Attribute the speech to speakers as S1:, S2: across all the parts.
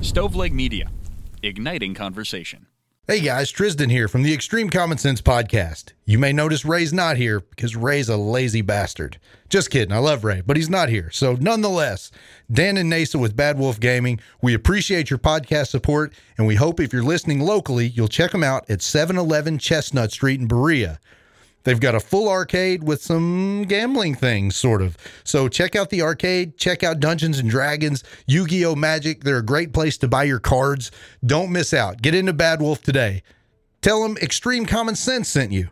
S1: Stoveleg Media, igniting conversation.
S2: Hey guys, Tristan here from the Extreme Common Sense Podcast. You may notice Ray's not here because Ray's a lazy bastard. Just kidding, I love Ray, but he's not here. So, nonetheless, Dan and Nasa with Bad Wolf Gaming, we appreciate your podcast support, and we hope if you're listening locally, you'll check them out at 711 Chestnut Street in Berea. They've got a full arcade with some gambling things, sort of. So check out the arcade, check out Dungeons and Dragons, Yu Gi Oh! Magic. They're a great place to buy your cards. Don't miss out. Get into Bad Wolf today. Tell them Extreme Common Sense sent you.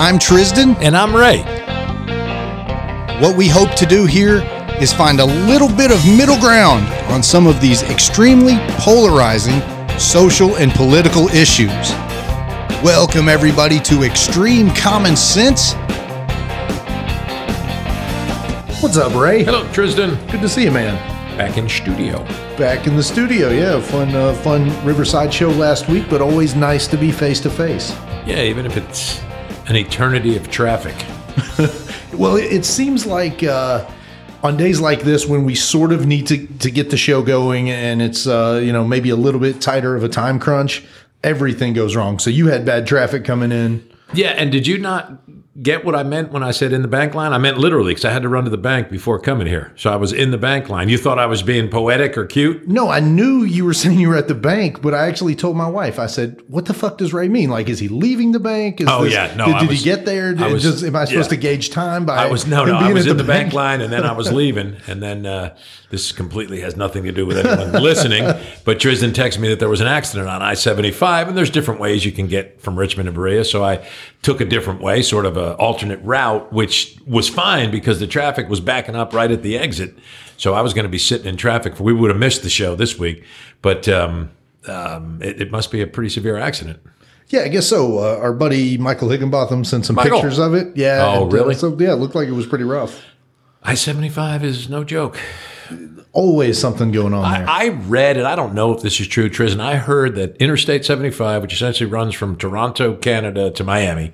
S2: I'm Trisden.
S3: And I'm Ray.
S2: What we hope to do here is find a little bit of middle ground on some of these extremely polarizing social and political issues. Welcome, everybody, to Extreme Common Sense. What's up, Ray?
S3: Hello, Tristan.
S2: Good to see you, man.
S3: Back in studio.
S2: Back in the studio, yeah. Fun, uh, fun Riverside show last week, but always nice to be face to face.
S3: Yeah, even if it's an eternity of traffic.
S2: Well, it, it seems like uh, on days like this, when we sort of need to, to get the show going, and it's uh, you know maybe a little bit tighter of a time crunch, everything goes wrong. So you had bad traffic coming in.
S3: Yeah, and did you not get what I meant when I said in the bank line? I meant literally because I had to run to the bank before coming here. So I was in the bank line. You thought I was being poetic or cute?
S2: No, I knew you were saying you were at the bank, but I actually told my wife. I said, "What the fuck does Ray mean? Like, is he leaving the bank? Is
S3: Oh, yeah. No,
S2: did,
S3: I
S2: did
S3: was-
S2: he get there? Did,
S3: I was-
S2: just, am I supposed
S3: yeah.
S2: to gauge time by?
S3: I was no,
S2: him
S3: no. I
S2: being
S3: was
S2: at
S3: in the bank line, and then I was leaving, and then uh, this completely has nothing to do with anyone listening. But Tristan texted me that there was an accident on I seventy five, and there's different ways you can get from Richmond to Berea. So I took a different way, sort of a alternate route, which was fine because the traffic was backing up right at the exit. So I was going to be sitting in traffic. For, we would have missed the show this week, but um, um, it, it must be a pretty severe accident.
S2: Yeah, I guess so. Uh, our buddy Michael Higginbotham sent some
S3: Michael.
S2: pictures of it. Yeah.
S3: Oh,
S2: and, uh,
S3: really?
S2: So yeah, it looked like it was pretty rough.
S3: I seventy five is no joke.
S2: Always something going on there.
S3: I, I read, and I don't know if this is true, Tris, and I heard that Interstate 75, which essentially runs from Toronto, Canada to Miami,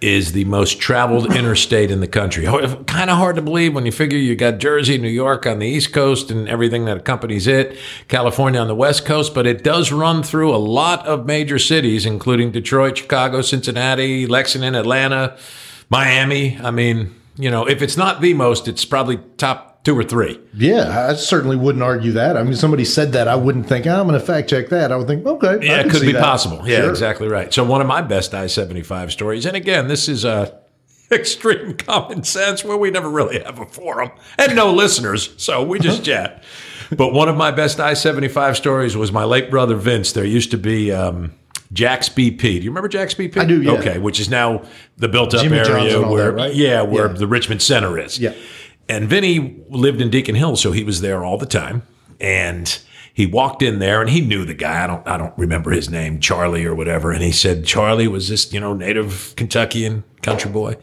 S3: is the most traveled interstate in the country. Kind of hard to believe when you figure you got Jersey, New York on the East Coast and everything that accompanies it, California on the West Coast, but it does run through a lot of major cities, including Detroit, Chicago, Cincinnati, Lexington, Atlanta, Miami. I mean, you know, if it's not the most, it's probably top two or three.
S2: Yeah, I certainly wouldn't argue that. I mean, somebody said that, I wouldn't think "Oh, I'm going to fact check that. I would think, okay, I
S3: Yeah,
S2: can
S3: it could
S2: see
S3: be
S2: that."
S3: possible. Yeah,
S2: Sure.
S3: exactly right. So one of my best I seventy five stories, and again, this is uh, extreme common sense where we never really have a forum and no listeners, so we just
S2: Uh-huh.
S3: chat. But one of my best I seventy five stories was my late brother Vince. There used to be. Um, Jack's BP. Do you remember Jack's BP? I
S2: do, yeah.
S3: Okay, which is now the built-up
S2: Jimmy John's
S3: area
S2: and all
S3: where,
S2: that, right?
S3: yeah, where
S2: Yeah.
S3: the Richmond Center is.
S2: Yeah.
S3: And Vinny lived in Deacon Hill, so he was there all the time. And he walked in there and he knew the guy. I don't I don't remember his name, Charlie or whatever. And he said Charlie was this, you know, native Kentuckian country boy.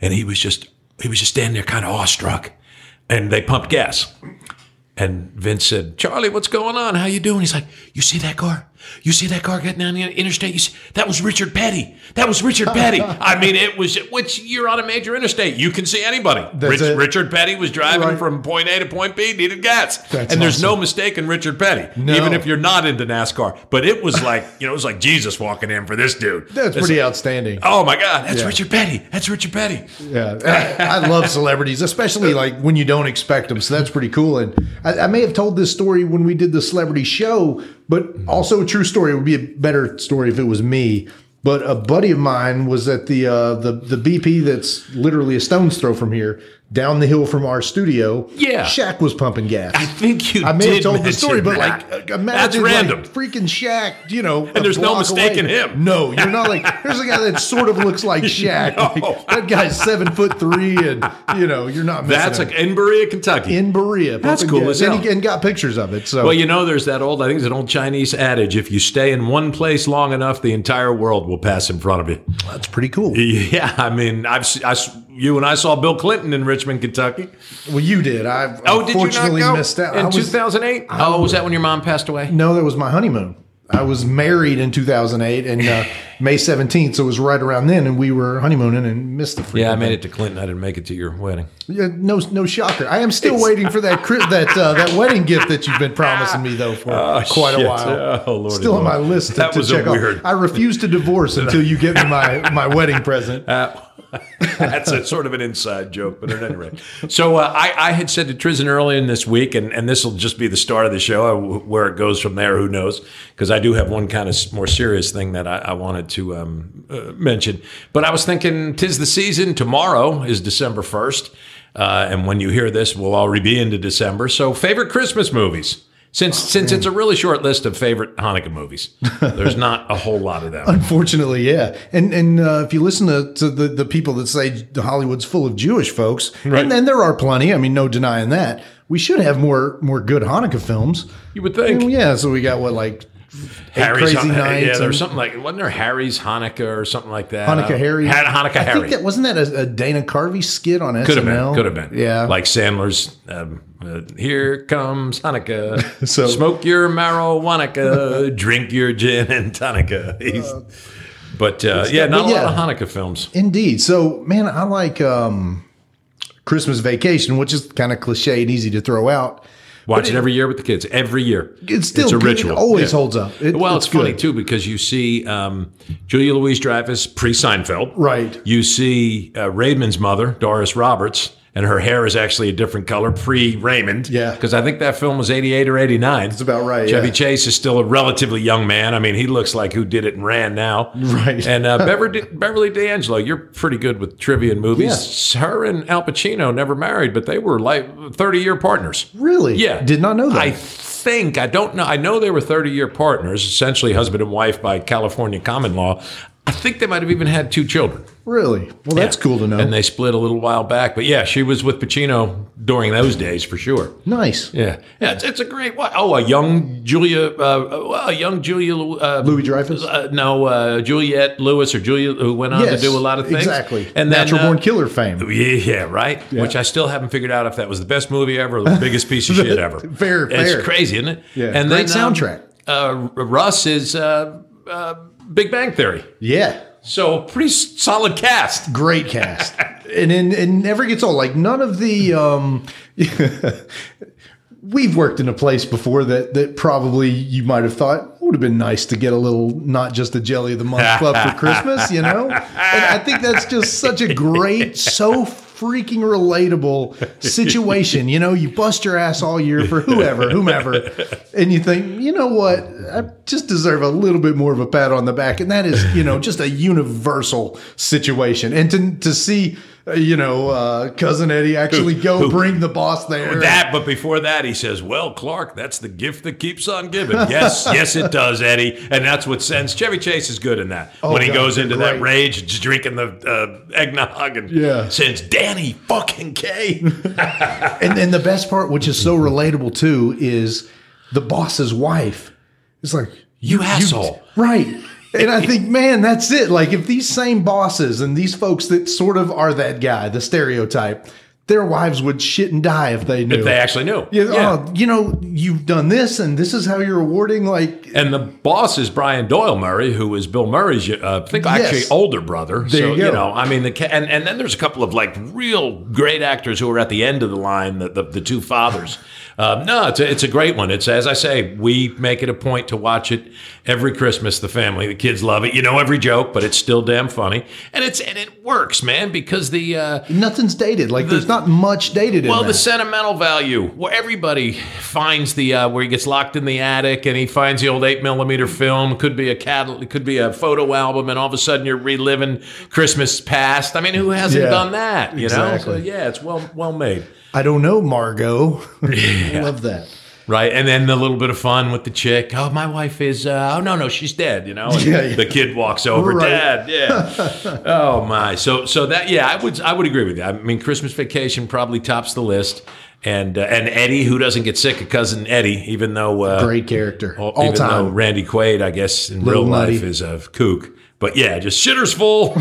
S3: And he was just he was just standing there kind of awestruck. And they pumped gas. And Vince said, Charlie, what's going on? How you doing? He's like, You see that car? You see that car getting down the interstate? You see, that was Richard Petty. That was Richard Petty. I mean, it was, which you're on a major interstate. You can see anybody.
S2: That's it.
S3: Richard Petty was driving
S2: Right.
S3: from point A to point B, needed gas.
S2: That's
S3: and there's no
S2: awesome.
S3: mistake in Richard Petty,
S2: No.
S3: even if you're not into NASCAR. But it was like, you know, it was like Jesus walking in for this dude.
S2: That's
S3: It's
S2: pretty
S3: like,
S2: outstanding.
S3: Oh my God, that's
S2: Yeah.
S3: Richard Petty. That's Richard Petty.
S2: Yeah, I, I love celebrities, especially like when you don't expect them. So that's pretty cool. And I, I may have told this story when we did the celebrity show, but also a true story. It would be a better story if it was me. But a buddy of mine was at the uh, the the BP that's literally a stone's throw from here, down the hill from our studio.
S3: Yeah.
S2: Shaq was pumping gas.
S3: I think you
S2: I may
S3: did
S2: have told the
S3: mention
S2: story, but
S3: that.
S2: like, uh, imagine
S3: that's
S2: like,
S3: random.
S2: freaking Shaq, you know, and
S3: there's no mistaking him.
S2: No, you're not like there's a guy that sort of looks like Shaq. Like,
S3: No.
S2: that guy's seven foot three, and you know, you're not. messing
S3: That's
S2: him.
S3: like in Berea, Kentucky.
S2: in Berea.
S3: That's
S2: pumping
S3: cool
S2: gas.
S3: as
S2: and,
S3: hell.
S2: he- and got pictures of it. So
S3: well, you know, there's that old, I think it's an old Chinese adage if you stay in one place long enough, the entire world will pass in front of you.
S2: that's pretty cool.
S3: Yeah, I mean, I've, se- I s- you and I saw Bill Clinton in Richmond, Kentucky.
S2: Well, you did. I
S3: Oh, did you not
S2: unfortunately
S3: go
S2: missed out.
S3: in
S2: I was-
S3: 2008? Oh, was that when your mom passed away?
S2: no, that was my honeymoon. I was married in 2008 and uh, May 17th, so it was right around then, and we were honeymooning and missed the freaking
S3: Yeah, I made
S2: thing.
S3: it to Clinton. I didn't make it to your wedding.
S2: Yeah, no, no shocker. I am still waiting for that cri- that uh, that wedding gift that you've been promising me though for quite
S3: Ah, shit.
S2: a while.
S3: Oh, Lordy
S2: still on
S3: Lord.
S2: my list. To,
S3: That
S2: to
S3: was a
S2: check off.
S3: weird-
S2: I refuse to divorce until you get me my my wedding present.
S3: Ah. That's a sort of an inside joke, but at any rate. So uh, I, I had said to Tristan earlier in this week, and, and this will just be the start of the show. uh, Where it goes from there, who knows? Because I do have one kind of s- more serious thing that I, I wanted to um, uh, mention. But I was thinking, tis the season. Tomorrow is December 1st. Uh, and when you hear this, we'll already be into December. So, favorite Christmas movies. Since, since it's a really short list of favorite Hanukkah movies, there's not a whole lot of them.
S2: Unfortunately, yeah. And and uh, if you listen to, to the, the people that say Hollywood's full of Jewish folks, and then there are plenty. I mean, no denying that. We should have more more good Hanukkah films.
S3: You would think.
S2: Well, yeah. So we got what like Eight Crazy
S3: Hon-
S2: Nights.
S3: Yeah, there
S2: and-
S3: was something like wasn't there Harry's Hanukkah or something like that? Uh,
S2: Hanukkah Harry.
S3: Had Hanukkah
S2: I
S3: Harry.
S2: think that wasn't that a, a Dana Carvey skit on SNL.
S3: could have been. Could have been.
S2: Yeah.
S3: Like Sandler's. Um, uh, here comes Hanukkah.
S2: So-
S3: smoke your marijuana, drink your gin and tonica. He's- but uh, yeah, not
S2: Uh, but
S3: a
S2: yeah.
S3: lot of Hanukkah films.
S2: Indeed. So, man, I like um, Christmas Vacation, which is kind of cliche and easy to throw out.
S3: Watch it every year with the kids. Every year,
S2: It's still
S3: a
S2: good. It
S3: ritual.
S2: always holds up. It-
S3: well,
S2: it's
S3: it's, funny
S2: good.
S3: too because you see um, Julia Louise Dreyfus pre Seinfeld,
S2: Right.
S3: You see uh, Raymond's mother, Doris Roberts, and her hair is actually a different color pre Raymond.
S2: Yeah.
S3: because I think that film was eighty eight or eighty nine. That's
S2: about right,
S3: Chevy
S2: yeah.
S3: Chase is still a relatively young man. I mean, he looks like who did it and ran now.
S2: Right.
S3: And uh, Beverly, Beverly D'Angelo, you're pretty good with trivia and movies. Her and Al Pacino never married, but they were like thirty year partners.
S2: Really?
S3: Yeah.
S2: Did not know that.
S3: I think, I don't know. I know they were 30 year partners, essentially husband and wife by California common law. I think they might have even had two children.
S2: really? Well, that's
S3: Yeah.
S2: cool to know.
S3: And they split a little while back. But yeah, she was with Pacino during those days for sure.
S2: nice.
S3: Yeah. Yeah. It's, it's a great wa- Oh, a young Julia, uh, well, a young Julia. Uh,
S2: Louis Dreyfus?
S3: Uh, no, uh, Juliette Lewis or Julia, who went on
S2: Yes,
S3: to do a lot of things.
S2: Exactly.
S3: And then,
S2: Natural
S3: uh,
S2: Born Killer fame.
S3: yeah, yeah, right. Which I still haven't figured out if that was the best movie ever or the biggest piece of shit ever.
S2: Fair,
S3: it's
S2: fair.
S3: crazy, isn't it?
S2: Yeah,
S3: and
S2: great
S3: then, um,
S2: soundtrack.
S3: uh, Russ is uh, uh, Big Bang Theory,
S2: Yeah.
S3: so pretty s- solid cast.
S2: Great cast. and, and and never gets old. Like none of the um we've worked in a place before that that probably you might have thought would have been nice to get a little not just a jelly of the month club for Christmas, you know? And I think that's just such a great, so freaking relatable situation. You know, you bust your ass all year for whoever, whomever, and you think, you know what, I just deserve a little bit more of a pat on the back. And that is, you know, just a universal situation. And to to see uh, you know, uh, cousin Eddie actually go bring the boss there.
S3: That, but before that, he says, "Well, Clark, that's the gift that keeps on giving." Yes, yes, it does, Eddie, and that's what sends Chevy Chase is good in that when he
S2: Oh, God,
S3: goes
S2: they're
S3: into that
S2: great.
S3: rage, just drinking the uh, eggnog, and
S2: Yeah.
S3: sends Danny fucking K.
S2: and and the best part, which is so relatable too, is the boss's wife. It's like
S3: you asshole.
S2: right. And I think, man, that's it. Like if these same bosses and these folks that sort of are that guy, the stereotype, their wives would shit and die if they knew.
S3: If they actually knew.
S2: yeah, oh, you know, you've done this, and this is how you're rewarding. Like,
S3: And the boss is Brian Doyle Murray, who is Bill Murray's, uh, I think,
S2: Yes.
S3: actually older brother. so,
S2: you go.
S3: know, I mean, the ca- and, and then there's a couple of like real great actors who are at the end of the line, the, the, the two fathers. Um, no, it's a, it's a great one. It's, as I say, we make it a point to watch it every Christmas, the family. The kids love it. You know every joke, but it's still damn funny. And it's and it works, man, because the. Uh,
S2: nothing's dated. Like, there's not much dated
S3: well,
S2: in
S3: the
S2: that.
S3: sentimental value, where everybody finds the uh, where he gets locked in the attic and he finds the old eight millimeter film, could be a cattle, it could be a photo album, and all of a sudden you're reliving Christmas past. I mean, who hasn't
S2: Yeah,
S3: done that? You know,
S2: exactly.
S3: so, yeah, it's well well made,
S2: I don't know, Margot. Love that.
S3: right? And then the little bit of fun with the chick. Oh, my wife is. Uh, oh no, no, she's dead. You know, And
S2: Yeah, yeah.
S3: the kid walks over,
S2: Right.
S3: dad. Yeah. oh my. So so that yeah, I would I would agree with you. I mean, Christmas Vacation probably tops the list. And, uh, and Eddie, who doesn't get sick of cousin Eddie, even though uh,
S2: Great character, all,
S3: even
S2: time.
S3: Though Randy Quaid, I guess, in
S2: Little
S3: real life
S2: nutty.
S3: is a kook. But yeah, just shitters full.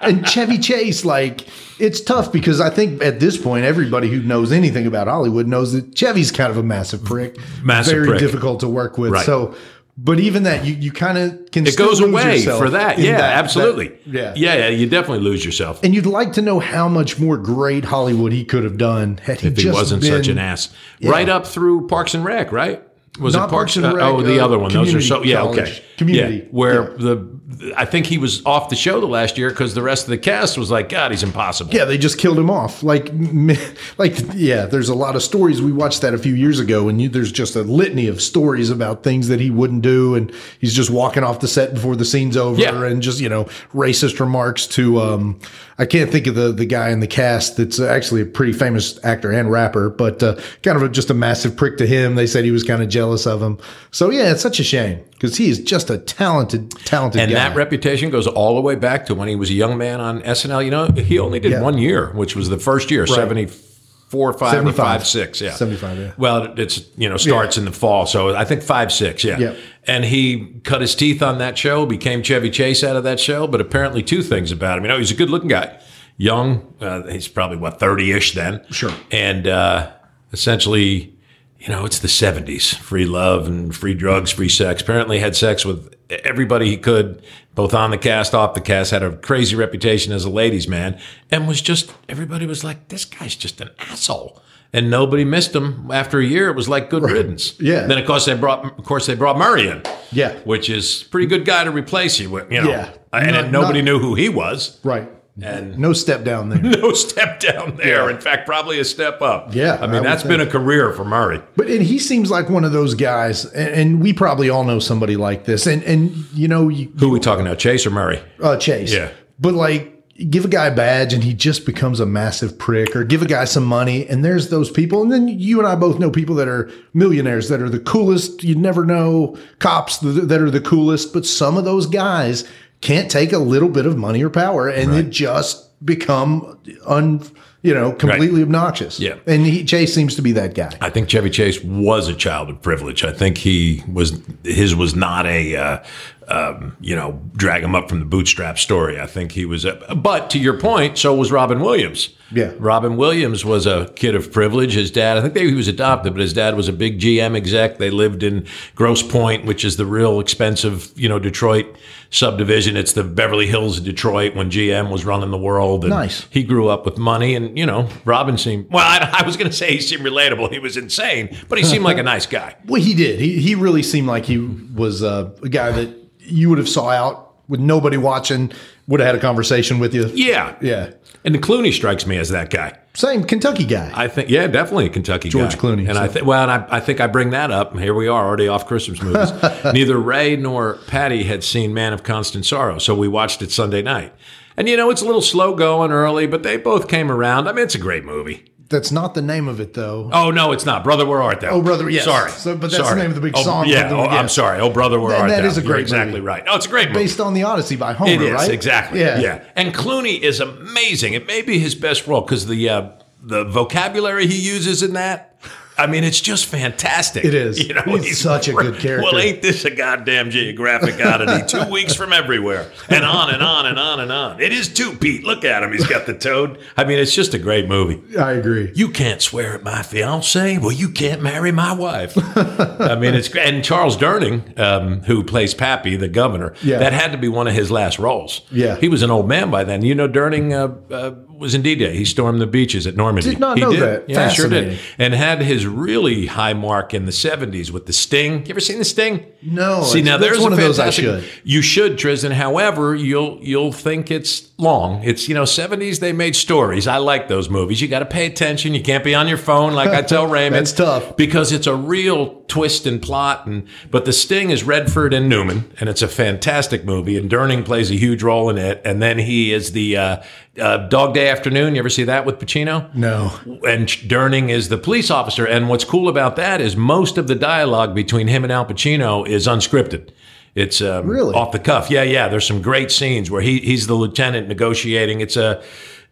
S2: and Chevy Chase, like, it's tough because I think at this point, everybody who knows anything about Hollywood knows that Chevy's kind of a massive prick.
S3: Massive
S2: Very
S3: prick.
S2: difficult to work with.
S3: Right.
S2: So But even that, you, you kind of can.
S3: It
S2: still
S3: goes
S2: lose
S3: away
S2: yourself
S3: for that.
S2: in
S3: Yeah,
S2: that-
S3: absolutely.
S2: that- yeah.
S3: yeah, yeah. You definitely lose yourself
S2: And you'd like to know how much more great Hollywood he could have done had he
S3: if he
S2: just
S3: wasn't
S2: been,
S3: such an ass. Right up through Parks and Rec, right? Was
S2: Not
S3: it Parks
S2: Parks and
S3: uh,
S2: Rec,
S3: oh, the
S2: uh,
S3: other one. Those are
S2: community
S3: so yeah,
S2: college.
S3: okay.
S2: Community,
S3: Yeah, where
S2: yeah.
S3: the I think he was off the show the last year because the rest of the cast was like, God, he's impossible.
S2: Yeah, they just killed him off. Like, m- like yeah. There's a lot of stories. We watched that a few years ago, and you, there's just a litany of stories about things that he wouldn't do, and he's just walking off the set before the scene's over,
S3: Yeah.
S2: and just you know racist remarks to. Um, I can't think of the the guy in the cast that's actually a pretty famous actor and rapper, but uh, kind of a, just a massive prick to him. They said he was kind of jealous of him. So yeah, it's such a shame because he is just a talented, talented
S3: And
S2: guy.
S3: that reputation goes all the way back to when he was a young man on SNL. You know, he only did
S2: Yeah.
S3: one year, which was the first year, 74, 5, or
S2: 75.
S3: 5, 6. Yeah.
S2: 75, yeah.
S3: Well, it's, you know, starts in the fall. So I think 5, 6. Yeah.
S2: Yep.
S3: And he cut his teeth on that show, became Chevy Chase out of that show. But apparently, two things about him. You know, he's a good looking guy, young. Uh, he's probably, what, 30 ish then?
S2: Sure.
S3: And uh, essentially, you know, it's the 70s. Free love and free drugs, free sex. Apparently had sex with everybody he could, both on the cast, off the cast, had a crazy reputation as a ladies' man, and was just, everybody was like, this guy's just an asshole. And nobody missed him. After a year, it was like good riddance.
S2: Yeah.
S3: Then of course they brought, of course they brought Murray in.
S2: Yeah.
S3: Which is pretty good guy to replace you. with, You know.
S2: Yeah.
S3: And
S2: Not-
S3: nobody
S2: not-
S3: knew who he was.
S2: right.
S3: And
S2: No step down there.
S3: no step down there. In fact, probably a step up.
S2: Yeah,
S3: I
S2: I
S3: mean, that's
S2: would
S3: been a career for Murray.
S2: But and he seems like one of those guys, and, and we probably all know somebody like this. And and you know, you,
S3: Who are we talking about, Chase or Murray?
S2: uh, Chase.
S3: Yeah.
S2: But like, give a guy a badge, and he just becomes a massive prick. Or give a guy some money, and there's those people. And then you and I both know people that are millionaires that are the coolest. You never know cops th- that are the coolest, but some of those guys can't take a little bit of money or power, and they just become un. You know, completely obnoxious.
S3: Yeah.
S2: and he, Chase seems to be that guy.
S3: I think Chevy Chase was a child of privilege. I think he was his was not a uh, um, you know drag him up from the bootstrap story. I think he was. A, but to your point, so was Robin Williams.
S2: Yeah.
S3: Robin Williams was a kid of privilege. His dad, I think they, he was adopted, but his dad was a big GM exec. They lived in Grosse Pointe, which is the real expensive, you know, Detroit subdivision. It's the Beverly Hills of Detroit when GM was running the world. And
S2: Nice.
S3: He grew up with money, and you know, Robin seemed well. I, I was going to say he seemed relatable. He was insane, but he seemed like a nice guy.
S2: Well, he did. He he really seemed like he was uh, a guy that you would have saw out with nobody watching, would have had a conversation with you.
S3: Yeah,
S2: Yeah.
S3: And Clooney strikes me as that guy.
S2: Same Kentucky guy.
S3: I think, yeah, definitely a Kentucky
S2: George
S3: guy.
S2: Clooney,
S3: And I
S2: so.
S3: think, well, and I, I think I bring that up. and Here we are, already off Christmas movies. Neither Ray nor Patty had seen Man of Constant Sorrow, so we watched it Sunday night. And you know, it's a little slow going early, but they both came around. I mean, it's a great movie.
S2: That's not the name of it though.
S3: Oh no, it's not, brother. Where art thou?
S2: Oh, Brother, yes.
S3: Sorry.
S2: So- but that's the
S3: Sorry.
S2: name of the big
S3: oh,
S2: song
S3: Yeah.
S2: of the-
S3: oh,
S2: yeah.
S3: I'm sorry. Oh, brother, where
S2: That-
S3: art
S2: that
S3: thou?
S2: is a
S3: You're
S2: great
S3: exactly
S2: movie.
S3: right. Oh, it's a great movie.
S2: Based on the Odyssey by Homer,
S3: It is
S2: right?
S3: exactly.
S2: Yeah.
S3: Yeah. And Clooney is amazing. It may be his best role because the uh, the vocabulary he uses in that. I mean, it's just fantastic.
S2: It is. He's such a good
S3: great.
S2: character.
S3: Well, ain't this a goddamn geographic oddity? two weeks from everywhere, and on and on and on and on. It is too, Pete. Look at him. He's got the toad. I mean, it's just a great movie.
S2: I agree.
S3: You can't swear at my fiance. Well, you can't marry my wife. I mean, it's and Charles Durning, um, who plays Pappy, the governor.
S2: Yeah.
S3: that had to be one of his last roles.
S2: Yeah.
S3: he was an old man by then. You know, Durning uh, uh, was in D-Day. He stormed the beaches at Normandy.
S2: Did not
S3: he
S2: know that.
S3: Yeah, he sure did.
S2: Fascinating.
S3: And had his really high mark in the '70s with the Sting. You ever seen the Sting?
S2: No,
S3: See,
S2: it's-
S3: now
S2: that's
S3: there's
S2: one
S3: a
S2: of those I
S3: fantastic-
S2: should.
S3: you should, Tristan. However, you'll you'll think it's long. It's you know, seventies they made stories. I like those movies. You got to pay attention. You can't be on your phone, like I tell Raymond.
S2: That's tough.
S3: because it's a real twist and plot. And but the sting is Redford and Newman, and it's a fantastic movie. And Durning plays a huge role in it. And then he is the uh, uh, Dog Day Afternoon. You ever see that with Pacino?
S2: No.
S3: and Durning is the police officer. And what's cool about that is most of the dialogue between him and Al Pacino is unscripted. It's um,
S2: Really?
S3: off the cuff. Yeah, yeah. There's some great scenes where he he's the lieutenant negotiating. It's a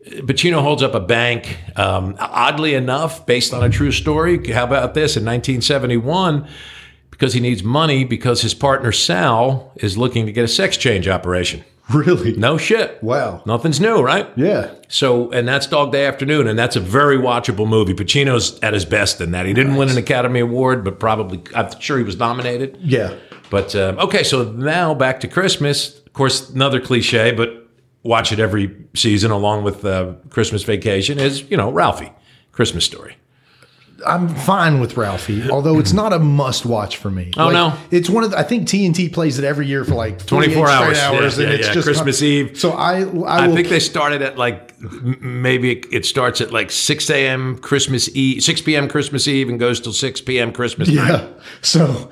S3: Pacino holds up a bank. Um, oddly enough, based on a true story. How about this? In 1971. Because he needs money, because his partner Sal is looking to get a sex change operation.
S2: Really?
S3: No shit.
S2: Wow.
S3: Nothing's new, right?
S2: Yeah.
S3: So, and that's Dog Day Afternoon, and that's a very watchable movie. Pacino's at his best in that. He didn't win an Academy Award, but probably, I'm sure he was nominated.
S2: Yeah.
S3: But um, okay, so now back to Christmas. Of course, another cliche, but watch it every season along with uh, Christmas Vacation is you know Ralphie, Christmas Story.
S2: I'm fine with Ralphie, although it's not a must watch for me.
S3: Oh,
S2: Like,
S3: no.
S2: it's one of the, I think TNT plays it every year for like
S3: 24
S2: 48
S3: hours.
S2: straight hours,
S3: Yeah,
S2: and
S3: yeah,
S2: it's
S3: yeah.
S2: just
S3: Christmas Eve.
S2: So I I
S3: I
S2: will
S3: think they started at like m- maybe it- it starts at like 6 a.m. Christmas E, Eve, 6 p.m. Christmas Eve, and goes till 6 p.m. Christmas night.
S2: Yeah. So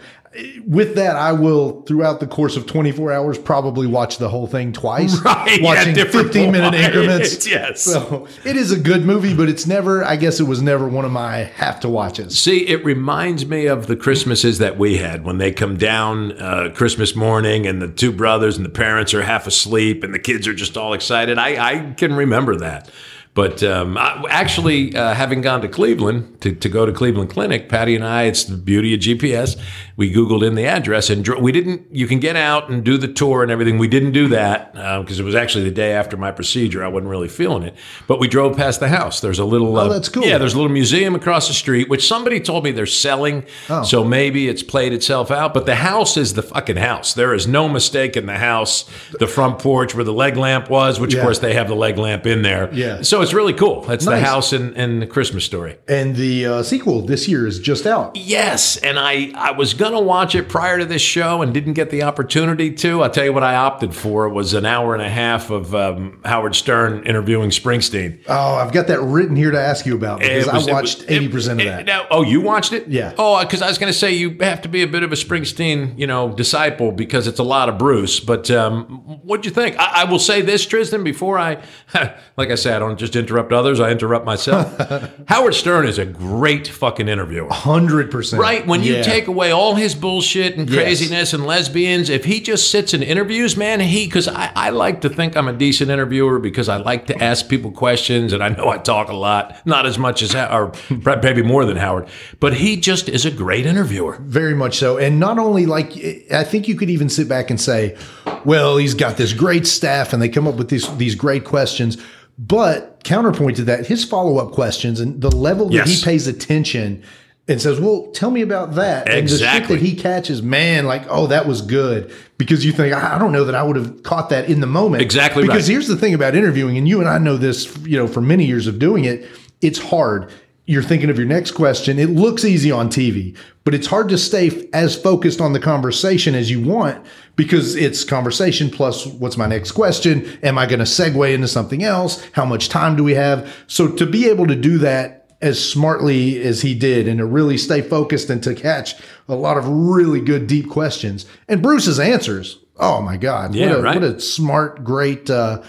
S2: with that, I will throughout the course of 24 hours probably watch the whole thing twice,
S3: Right, yeah,
S2: watching
S3: different
S2: 15 minute
S3: wise,
S2: increments.
S3: yes.
S2: So it is a good movie, but it's never. I guess it was never one of my have to watches.
S3: See, it reminds me of the Christmases that we had when they come down uh, Christmas morning and the two brothers and the parents are half asleep and the kids are just all excited. I, I can remember that. But um, I, actually, uh, having gone to Cleveland to, to go to Cleveland Clinic, Patty and I, it's the beauty of GPS. We Googled in the address and dro- we didn't, you can get out and do the tour and everything. We didn't do that because it was actually the day after my procedure. I wasn't really feeling it. But we drove past the house. There's a little. uh,
S2: Oh, that's cool.
S3: Yeah, there's a little museum across the street, which somebody told me they're selling.
S2: Oh.
S3: So maybe it's played itself out. But the house is the fucking house. There is no mistake in the house. The front porch where the leg lamp was, which
S2: Yeah.
S3: of course they have the leg lamp in there.
S2: Yeah.
S3: So it's really cool. That's
S2: Nice.
S3: the house in, in the Christmas story.
S2: And the uh, sequel this year is just out.
S3: Yes, and I I was gonna watch it prior to this show and didn't get the opportunity to. I'll tell you what I opted for was an hour and a half of um, Howard Stern interviewing Springsteen.
S2: Oh, I've got that written here to ask you about because
S3: It was-
S2: I
S3: it
S2: watched
S3: was- it-
S2: 80% of
S3: it-
S2: that.
S3: now- oh, you watched it?
S2: Yeah.
S3: Oh, because I was going to say you have to be a bit of a Springsteen, you know, disciple because it's a lot of Bruce. But um, what'd you think? I, I will say this, Tristan, before I, like I say, I don't just interrupt others, I interrupt myself. Howard Stern is a great fucking interviewer.
S2: 100%.
S3: Right? When you
S2: Yeah.
S3: take away all his bullshit and
S2: Yes.
S3: craziness and lesbians, if he just sits and interviews, man, he, because I, I like to think I'm a decent interviewer because I like to ask people questions and I know I talk a lot, not as much as, Ho- or maybe more than Howard, but he just is a great interviewer.
S2: Very much so. And not only like, I think you could even sit back and say, well, he's got this great staff and they come up with these, these great questions. But counterpoint to that, his follow up questions and the level that
S3: Yes.
S2: he pays attention and says, well, tell me about that. And the shit
S3: Exactly.
S2: that he catches, man, like, oh, that was good. Because you think, I I don't know that I would have caught that in the moment.
S3: Exactly
S2: Because
S3: right.
S2: here's the thing about interviewing, and you and I know this, you know, for many years of doing it, it's hard. You're thinking of your next question. It looks easy on TV, but it's hard to stay f- as focused on the conversation as you want because it's conversation plus what's my next question? Am I going to segue into something else? How much time do we have? So to be able to do that as smartly as he did and to really stay focused and to catch a lot of really good deep questions and Bruce's answers. Oh my God.
S3: Yeah,
S2: what, a,
S3: right.
S2: what a smart, great, uh,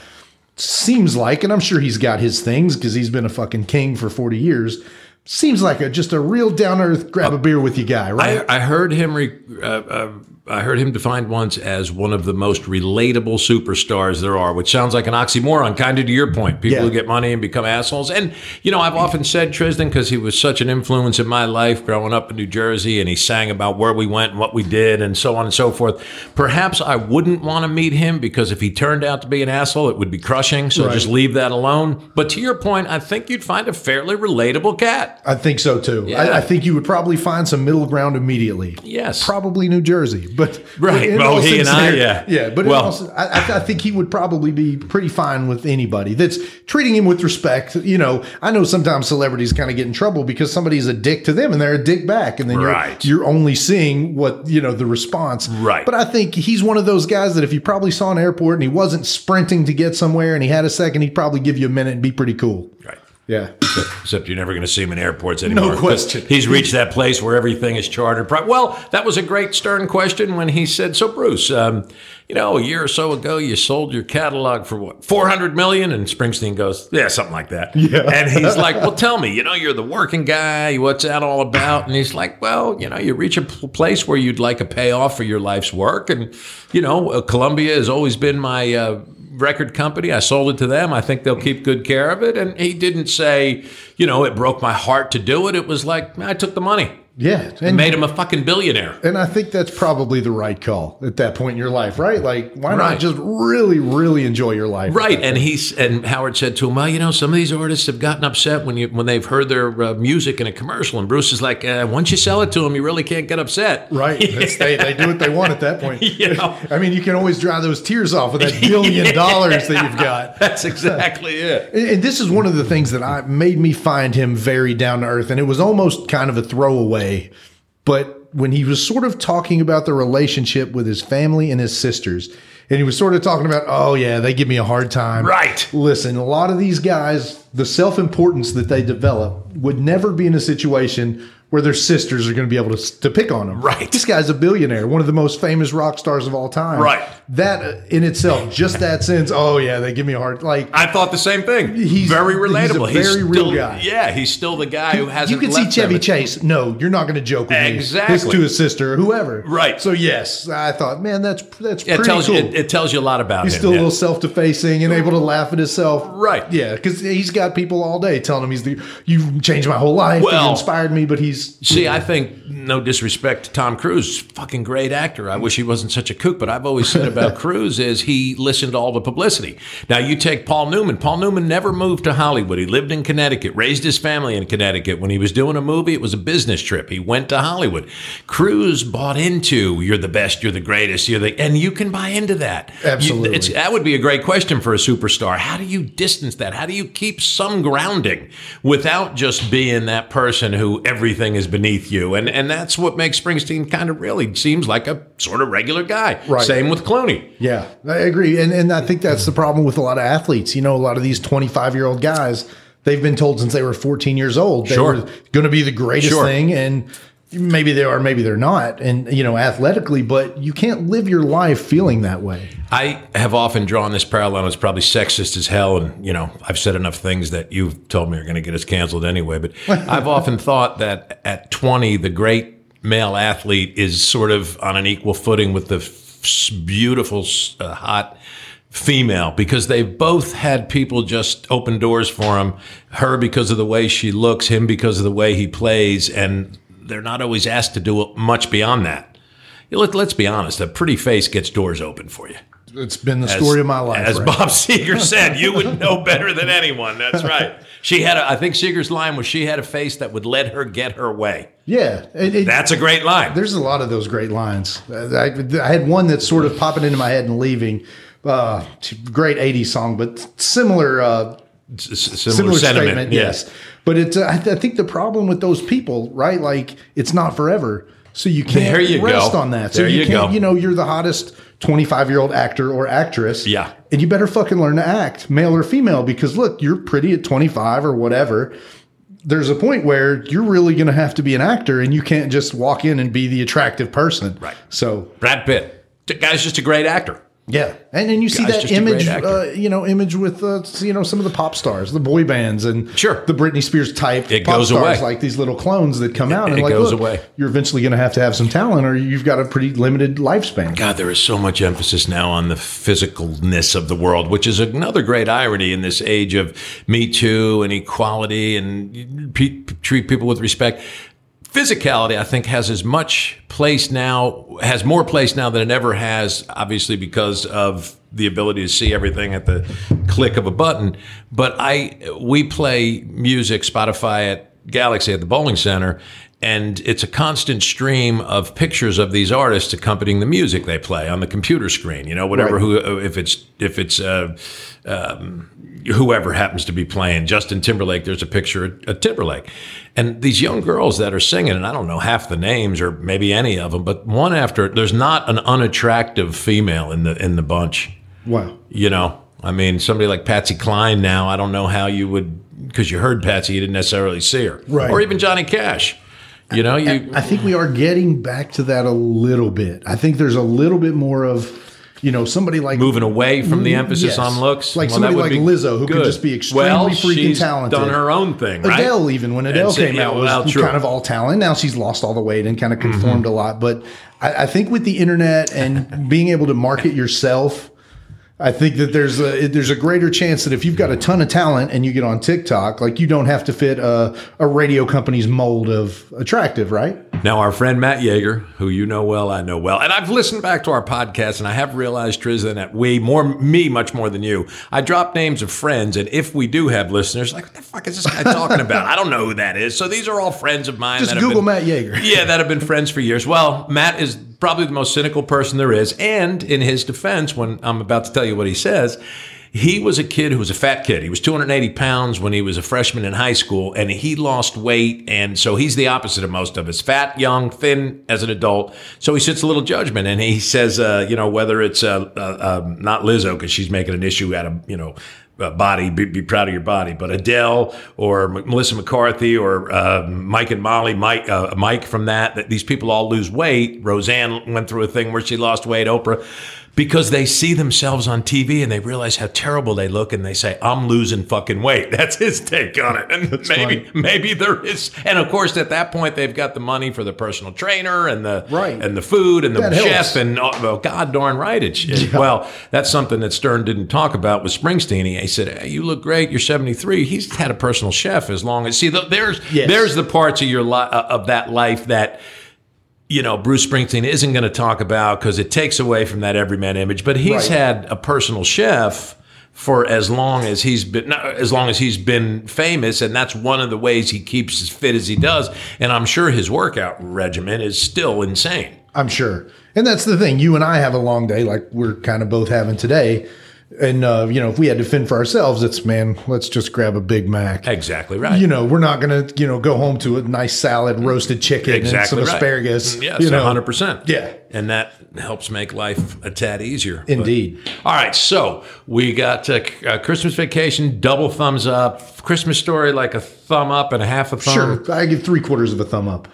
S2: seems like, and I'm sure he's got his things because he's been a fucking king for 40 years. Seems like a just a real down earth grab a beer with you guy, right?
S3: I, I heard him. Re, uh, uh, I heard him defined once as one of the most relatable superstars there are, which sounds like an oxymoron. Kind of to your point, people
S2: Yeah.
S3: who get money and become assholes. And you know, I've often said Tristan because he was such an influence in my life growing up in New Jersey, and he sang about where we went and what we did, and so on and so forth. Perhaps I wouldn't want to meet him because if he turned out to be an asshole, it would be crushing. So
S2: Right.
S3: just leave that alone. But to your point, I think you'd find a fairly relatable cat.
S2: I, think so too.
S3: Yeah.
S2: I, I think you would probably find some middle ground immediately.
S3: Yes.
S2: Probably New Jersey, but
S3: Right.
S2: in
S3: Well,
S2: all
S3: he and I,
S2: sincerity-
S3: yeah.
S2: yeah. But in
S3: Well-
S2: all sin- I, I, I think he would probably be pretty fine with anybody that's treating him with respect. You know, I know sometimes celebrities kind of get in trouble because somebody's a dick to them and they're a dick back, and then
S3: Right.
S2: you're you're only seeing what you know the response.
S3: Right.
S2: But I think he's one of those guys that if you probably saw an airport and he wasn't sprinting to get somewhere and he had a second, he'd probably give you a minute and be pretty cool.
S3: Right.
S2: Yeah.
S3: Except you're never going to see him in airports anymore. 'cause
S2: question.
S3: He's reached that place where everything is chartered. Pri- Well, that was a great stern question when he said, "So, Bruce, um, you know, a year or so ago, you sold your catalog for what, 400 million? And Springsteen goes, "Yeah, something like that." Yeah. And he's like, "Well, tell me, you know, you're the working guy. What's that all about?" And he's like, "Well, you know, you reach a pl- place where you'd like a payoff for your life's work, and you know, uh, Columbia has always been my." Uh, record company. I sold it to them. I think they'll keep good care of it. And he didn't say, you know, it broke my heart to do it. It was like, I took the money.
S2: Yeah.
S3: and
S2: And,
S3: made him a fucking billionaire.
S2: and I think that's probably the right call at that point in your life, right? Like, why
S3: Right.
S2: not just really, really enjoy your life?
S3: Right, and he's and Howard said to him, "Well, you know, some of these artists have gotten upset when you when they've heard their uh, music in a commercial." And Bruce is like, uh, "Once you sell it to them, you really can't get upset."
S2: Right. That's, they, they do what they want at that point.
S3: You know.
S2: I mean, you can always dry those tears off with that billion dollars that you've got.
S3: That's exactly it.
S2: And and this is one of the things that I made me find him very down to earth, and it was almost kind of a throwaway. But when he was sort of talking about the relationship with his family and his sisters, and he was sort of talking about, oh yeah, they give me a hard time.
S3: Right.
S2: Listen, a lot of these guys, the self importance that they develop would never be in a situation where their sisters are going to be able to, to pick on them.
S3: Right.
S2: This guy's a billionaire, one of the most famous rock stars of all time.
S3: Right.
S2: That uh, in itself, just that sense, oh yeah, they give me a hard like.
S3: I thought the same thing.
S2: He's-
S3: very
S2: he's a
S3: relatable.
S2: very
S3: still,
S2: real guy.
S3: Yeah, he's still the guy who hasn't.
S2: you can see
S3: left them.
S2: Chevy Chase. No, you're not going to joke with
S3: Exactly.
S2: me. This to his sister, or whoever.
S3: Right.
S2: So yes, I thought, man, that's that's
S3: It
S2: pretty
S3: tells
S2: cool.
S3: you. It, it tells you a lot about
S2: he's
S3: him.
S2: still
S3: yeah.
S2: a little self-defacing and able to laugh at himself.
S3: Right.
S2: Yeah, because he's got people all day telling him he's the you changed my whole life.
S3: Well-
S2: you inspired me, but he's
S3: See, I think no disrespect to Tom Cruise, fucking great actor. I wish he wasn't such a kook, but I've always said about Cruise is he listened to all the publicity. Now you take Paul Newman. Paul Newman never moved to Hollywood. He lived in Connecticut, raised his family in Connecticut. When he was doing a movie, it was a business trip. He went to Hollywood. Cruise bought into you're the best, you're the greatest, you're the and you can buy into that. You-
S2: Absolutely.
S3: it's that would be a great question for a superstar. How do you distance that? How do you keep some grounding without just being that person who everything is beneath you? And and that's what makes Springsteen kind of really seems like a sort of regular guy.
S2: Right.
S3: Same with Clooney.
S2: yeah, I agree, and and I think that's the problem with a lot of athletes. You know, a lot of these 25 year old guys, they've been told since they were 14 years old they
S3: Sure.
S2: were going to be the greatest
S3: Sure.
S2: thing, and maybe they are, maybe they're not, and you know, athletically, but you can't live your life feeling that way.
S3: I have often drawn this parallel. and It's probably sexist as hell, and you know I've said enough things that you've told me are going to get us canceled anyway. But I've often thought that at 20, the great male athlete is sort of on an equal footing with the f- beautiful, s- uh, hot female because they've both had people just open doors for them. Her because of the way she looks, him because of the way he plays, and they're not always asked to do much beyond that. Let, let's be honest, a pretty face gets doors open for you.
S2: It's been the story of my life.
S3: As
S2: right?
S3: Bob Seeger said, you would know better than anyone. That's right. She had, a, I think Seeger's line was, she had a face that would let her get her way.
S2: yeah, it- it-
S3: That's a great line.
S2: there's a lot of those great lines. I, I had one that's sort of popping into my head and leaving. Uh, great '80s song, but similar. Uh,
S3: S- s- Similar,
S2: similar
S3: sentiment.
S2: statement,
S3: Yeah.
S2: yes. But it's uh, I, th- I think the problem with those people, right? Like it's not forever, so you can't
S3: There you go.
S2: rest on that. So
S3: There you
S2: can't,
S3: go.
S2: you know, you're the hottest 25 year old actor or actress,
S3: Yeah.
S2: and you better fucking learn to act, male or female, because look, you're pretty at 25 or whatever. There's a point where you're really going to have to be an actor, and you can't just walk in and be the attractive person,
S3: Right.
S2: So
S3: Brad Pitt. The guy's just a great actor.
S2: yeah, and and you see
S3: Guy's
S2: that
S3: just a great
S2: image,
S3: actor.
S2: uh, you know, image with uh, you know some of the pop stars, the boy bands, and
S3: Sure.
S2: the Britney Spears type
S3: It
S2: pop
S3: goes
S2: stars,
S3: away.
S2: like these little clones that come out and
S3: it
S2: like,
S3: goes
S2: look,
S3: away.
S2: you're eventually going to have to have some talent, or you've got a pretty limited lifespan.
S3: God, there is so much emphasis now on the physicalness of the world, which is another great irony in this age of Me Too and equality and pe- treat people with respect. Physicality, I think, has as much place now, has more place now than it ever has, obviously, because of the ability to see everything at the click of a button. But I, we play music, Spotify at Galaxy at the bowling center, and it's a constant stream of pictures of these artists accompanying the music they play on the computer screen. You know, whatever
S2: Right.
S3: who if it's if it's uh, um, whoever happens to be playing Justin Timberlake, there's a picture of Timberlake, and these young girls that are singing, and I don't know half the names or maybe any of them, but one after there's not an unattractive female in the in the bunch
S2: Wow,
S3: you know i mean somebody like patsy cline now i don't know how you would because you heard patsy you didn't necessarily see her
S2: Right.
S3: or even johnny cash you know you
S2: I think we are getting back to that a little bit. I think there's a little bit more of. You know, somebody like
S3: moving away from the emphasis
S2: Mm, Yes.
S3: on looks
S2: Like
S3: that
S2: somebody
S3: would
S2: like
S3: be
S2: Lizzo, who could just be extremely
S3: well,
S2: freaking
S3: she's
S2: talented.
S3: done her own thing right
S2: Adele, even when Adele
S3: so-
S2: came
S3: yeah,
S2: out, was
S3: well, true. Mm-hmm.
S2: kind of all talent. Now she's lost all the weight and kind of conformed a lot. But I, I think with the internet and being able to market yourself, I think that there's a there's a greater chance that if you've got a ton of talent and you get on TikTok, like you don't have to fit a, a radio company's mold of attractive, right?
S3: Now, our friend Matt Yeager, who you know well, I know well, and I've listened back to our podcast, and I have realized, Tristan, that we more me much more than you. I drop names of friends, and if we do have listeners, like what the fuck is this guy talking about? I don't know who that is. So these are all friends of mine.
S2: Just
S3: that
S2: Google
S3: have been,
S2: Matt Yeager.
S3: Yeah, that have been friends for years. Well, Matt is probably the most cynical person there is, and in his defense, when I'm about to tell you what he says. He was a kid who was a fat kid. He was 280 pounds when he was a freshman in high school, and he lost weight. And so he's the opposite of most of us fat, young, thin as an adult. So he sits a little judgment and he says, uh, you know, whether it's uh, uh, um, not Lizzo, because she's making an issue out of, you know, uh, body, be, be proud of your body. But Adele or M- Melissa McCarthy or uh, Mike and Molly, Mike, uh, Mike from that, that these people all lose weight. Roseanne went through a thing where she lost weight. Oprah, because they see themselves on TV and they realize how terrible they look, and they say, "I'm losing fucking weight." That's his take on it, and maybe maybe there is. And of course, at that point, they've got the money for the personal trainer and the
S2: Right.
S3: and the food and the
S2: That
S3: chef
S2: helps.
S3: and oh, well, God darn right it should. Well, that's something that Stern didn't talk about with Springsteen. He said, hey, "You look great. You're 73." He's had a personal chef as long as see. th- There's
S2: Yes.
S3: there's the parts of your li- uh, of that life that you know Bruce Springsteen isn't going to talk about because it takes away from that everyman image. But he's
S2: Right.
S3: had a personal chef for as long as he's been not, as long as he's been famous, and that's one of the ways he keeps as fit as he does. And I'm sure his workout regimen is still insane.
S2: I'm sure. And that's the thing. You and I have a long day, like we're kind of both having today. And uh, you know, if we had to fend for ourselves, it's man, let's just grab a Big Mac.
S3: Exactly right.
S2: You know, we're not gonna, you know, go home to a nice salad, roasted chicken, and
S3: exactly
S2: some
S3: right. Mm,
S2: asparagus.
S3: Yes,
S2: you know,
S3: 100%.
S2: Yeah.
S3: And that helps make life a tad easier. But-
S2: Indeed.
S3: all right. So we got uh, c- uh, Christmas Vacation, double thumbs up. Christmas Story, like a thumb up and a half a thumb.
S2: Sure, Um, I give three quarters of a thumb up.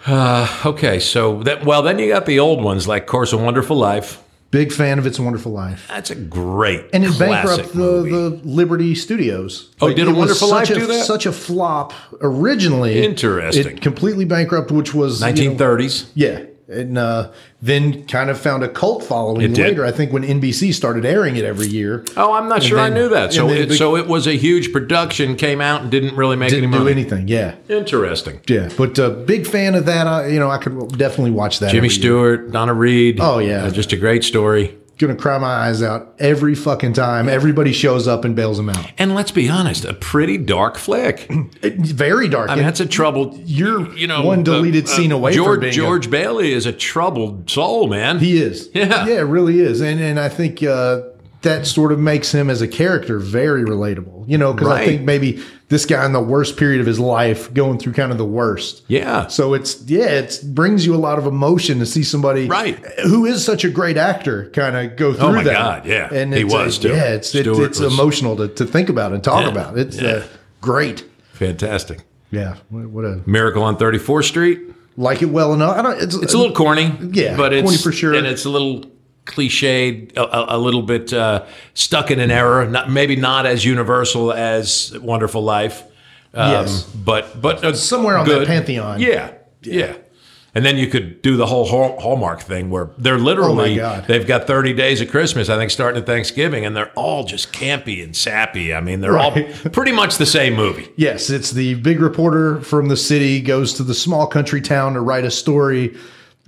S3: Okay. So, that, well, then you got the old ones like Course of Wonderful Life.
S2: Big fan of It's a Wonderful Life.
S3: That's a great
S2: And it
S3: classic
S2: bankrupted the,
S3: movie.
S2: the Liberty Studios.
S3: Oh, did A
S2: it was
S3: Wonderful
S2: such
S3: Life
S2: a,
S3: do that?
S2: Such a flop originally.
S3: Interesting.
S2: It completely bankrupt, which was you know,
S3: 1930s.
S2: Yeah. And uh, then kind of found a cult following
S3: It did.
S2: later, I think, when NBC started airing it every year.
S3: Oh, I'm not sure I
S2: then-
S3: knew that.
S2: and
S3: So
S2: then
S3: it,
S2: the-
S3: so it was a huge production, came out and didn't really make
S2: Didn't
S3: any
S2: do
S3: money.
S2: anything. Yeah.
S3: Interesting.
S2: Yeah. But uh, big fan of that. I, you know, I could definitely watch that. every
S3: Jimmy
S2: year.
S3: Stewart, Donna Reed.
S2: Oh, yeah.
S3: Uh, just a great story.
S2: Gonna cry my eyes out every fucking time. Everybody shows up and bails them out.
S3: And let's be honest, a pretty dark flick. I mean,
S2: It's very dark. And
S3: that's a troubled.
S2: You're
S3: you know, uh,
S2: one deleted scene away from
S3: George
S2: being a-
S3: George Bailey is a troubled soul, man.
S2: He is.
S3: Yeah.
S2: Yeah, it really is. And and I think uh, that sort of makes him as a character very relatable. You know, because I
S3: Right.
S2: think maybe this guy in the worst period of his life, going through kind of the worst.
S3: yeah,
S2: So it's yeah, it brings you a lot of emotion to see somebody
S3: Right. Oh
S2: who is such a great actor kind of go through
S3: my
S2: that.
S3: God, yeah.
S2: and
S3: He
S2: it's,
S3: was, too.
S2: yeah, it's it's,
S3: Stewart
S2: it's
S3: was-
S2: emotional to, to think about and talk
S3: Yeah.
S2: about. It's
S3: Yeah.
S2: uh, great.
S3: fantastic.
S2: Yeah, what what a
S3: Miracle on 34th Street.
S2: like it well enough. I don't. It's,
S3: It's a little corny,
S2: Yeah,
S3: but it's
S2: corny for sure.
S3: and it's a little cliched, a, a, a little bit uh, stuck in an error. Not maybe not as universal as Wonderful Life. Um,
S2: Yes.
S3: but but uh,
S2: Somewhere on that pantheon.
S3: Yeah, yeah. And then you could do the whole Hall- Hallmark thing where they're literally
S2: God.
S3: they've got 30 days of Christmas, I think starting at Thanksgiving and they're all just campy and sappy. I mean, they're all
S2: Right.
S3: pretty much the same movie.
S2: Yes, it's the big reporter from the city goes to the small country town to write a story.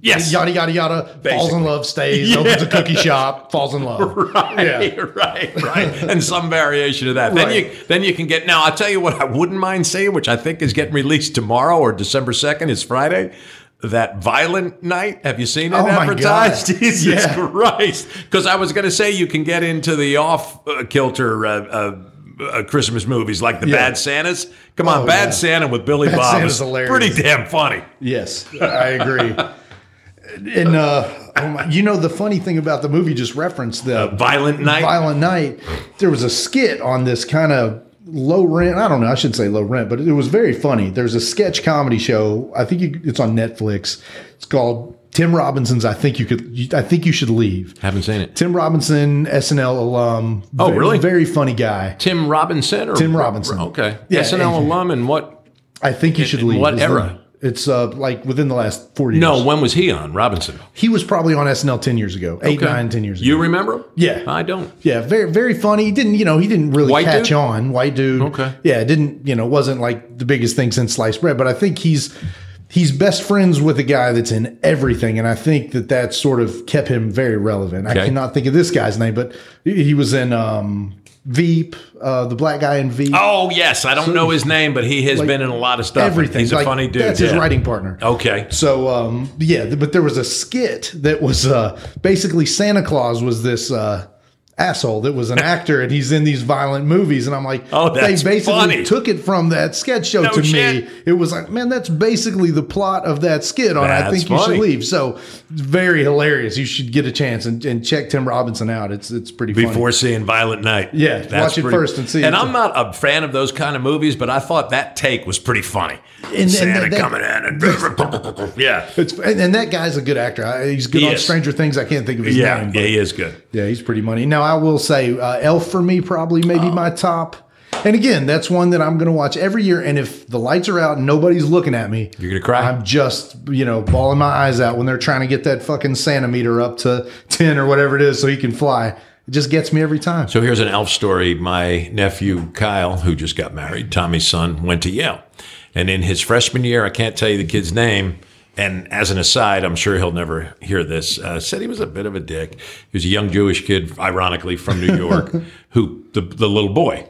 S3: Yes.
S2: Yada yada yada. Falls
S3: Basically.
S2: in love, stays, opens a cookie shop, falls in love.
S3: Right,
S2: Yeah.
S3: right, right, and some variation of that. Then
S2: Right.
S3: you then you can get. Now I'll tell you what I wouldn't mind seeing, which I think is getting released tomorrow or December second is Friday. That violent night. Have you seen it
S2: Oh, my God.
S3: advertised? Jesus
S2: Yeah.
S3: Christ! Because I was going to say you can get into the off uh, kilter. Uh, uh, uh, Christmas movies like the
S2: Yeah.
S3: Bad Santas. Come on,
S2: Oh,
S3: Bad
S2: yeah.
S3: Santa with Billy
S2: Bad
S3: Bob
S2: Santa's
S3: is
S2: hilarious.
S3: pretty damn funny.
S2: Yes, I agree. and uh, oh my, you know the funny thing about the movie just referenced the
S3: Uh, Violent night.
S2: Violent Night, there was a skit on this kind of low rent. I don't know. I should say low rent, but it was very funny. There's a sketch comedy show. I think you, it's on Netflix. It's called Tim Robinson's. I think you could. I think you should leave.
S3: Haven't seen it.
S2: Tim Robinson, SNL alum.
S3: Oh,
S2: Very-
S3: really?
S2: Very funny guy.
S3: Tim Robinson or
S2: Tim Robinson.
S3: Okay,
S2: Yeah,
S3: SNL
S2: and-
S3: alum and what
S2: I think you should
S3: in
S2: leave.
S3: what
S2: is the-
S3: era?
S2: It's uh, like within the last four years.
S3: No, when was he on? Robinson.
S2: he was probably on SNL ten years ago, eight, nine, ten years ago.
S3: You remember him?
S2: Yeah.
S3: I don't.
S2: Yeah, very very funny. He didn't you know he didn't really
S3: White
S2: catch
S3: dude?
S2: on. White dude.
S3: Okay.
S2: Yeah, it didn't you know wasn't like the biggest thing since sliced bread, but I think he's he's best friends with a guy that's in everything, and I think that that sort of kept him very relevant.
S3: Okay.
S2: I cannot think of this guy's name, but he he was in um, Veep, uh, the black guy in Veep.
S3: Oh, yes. I don't know his name, but he has been in a lot of stuff.
S2: Everything.
S3: He's a
S2: Like,
S3: funny dude.
S2: That's his
S3: yeah.
S2: writing partner.
S3: Okay.
S2: So um, yeah, th- but there was a skit that was uh, basically Santa Claus was this uh, asshole that was an actor and he's in these violent movies, and I'm like,
S3: Oh, that's
S2: they basically
S3: funny.
S2: took it from that sketch show
S3: No
S2: to
S3: shit.
S2: me. It was like, man, that's basically the plot of that skit on I
S3: That's
S2: think you
S3: funny.
S2: should leave. So very hilarious. You should get a chance and, and check Tim Robinson out. It's it's pretty
S3: Before
S2: funny.
S3: seeing Violent Night.
S2: Yeah, watch it first and see
S3: And
S2: it.
S3: I'm not a fan of those kind of movies, but I thought that take was pretty funny.
S2: and
S3: Santa
S2: that- that-
S3: coming in and yeah.
S2: It's, and, and that guy's a good actor. I- He's good
S3: He
S2: on
S3: is.
S2: Stranger Things. I can't think of his
S3: Yeah,
S2: name.
S3: yeah, he is good.
S2: Yeah, he's pretty money. Now I will say uh, Elf for me probably
S3: Oh.
S2: maybe my top. And again, that's one that I'm going to watch every year. And if the lights are out and nobody's looking at me,
S3: You're gonna cry?
S2: I'm just you know bawling my eyes out when they're trying to get that fucking Santa meter up to ten or whatever it is so he can fly. It just gets me every time.
S3: So here's an elf story. My nephew Kyle, who just got married, Tommy's son, went to Yale. And in his freshman year, I can't tell you the kid's name. And as an aside, I'm sure he'll never hear this. Uh, said he was a bit of a dick. He was a young Jewish kid, ironically from New York, who the, the little boy.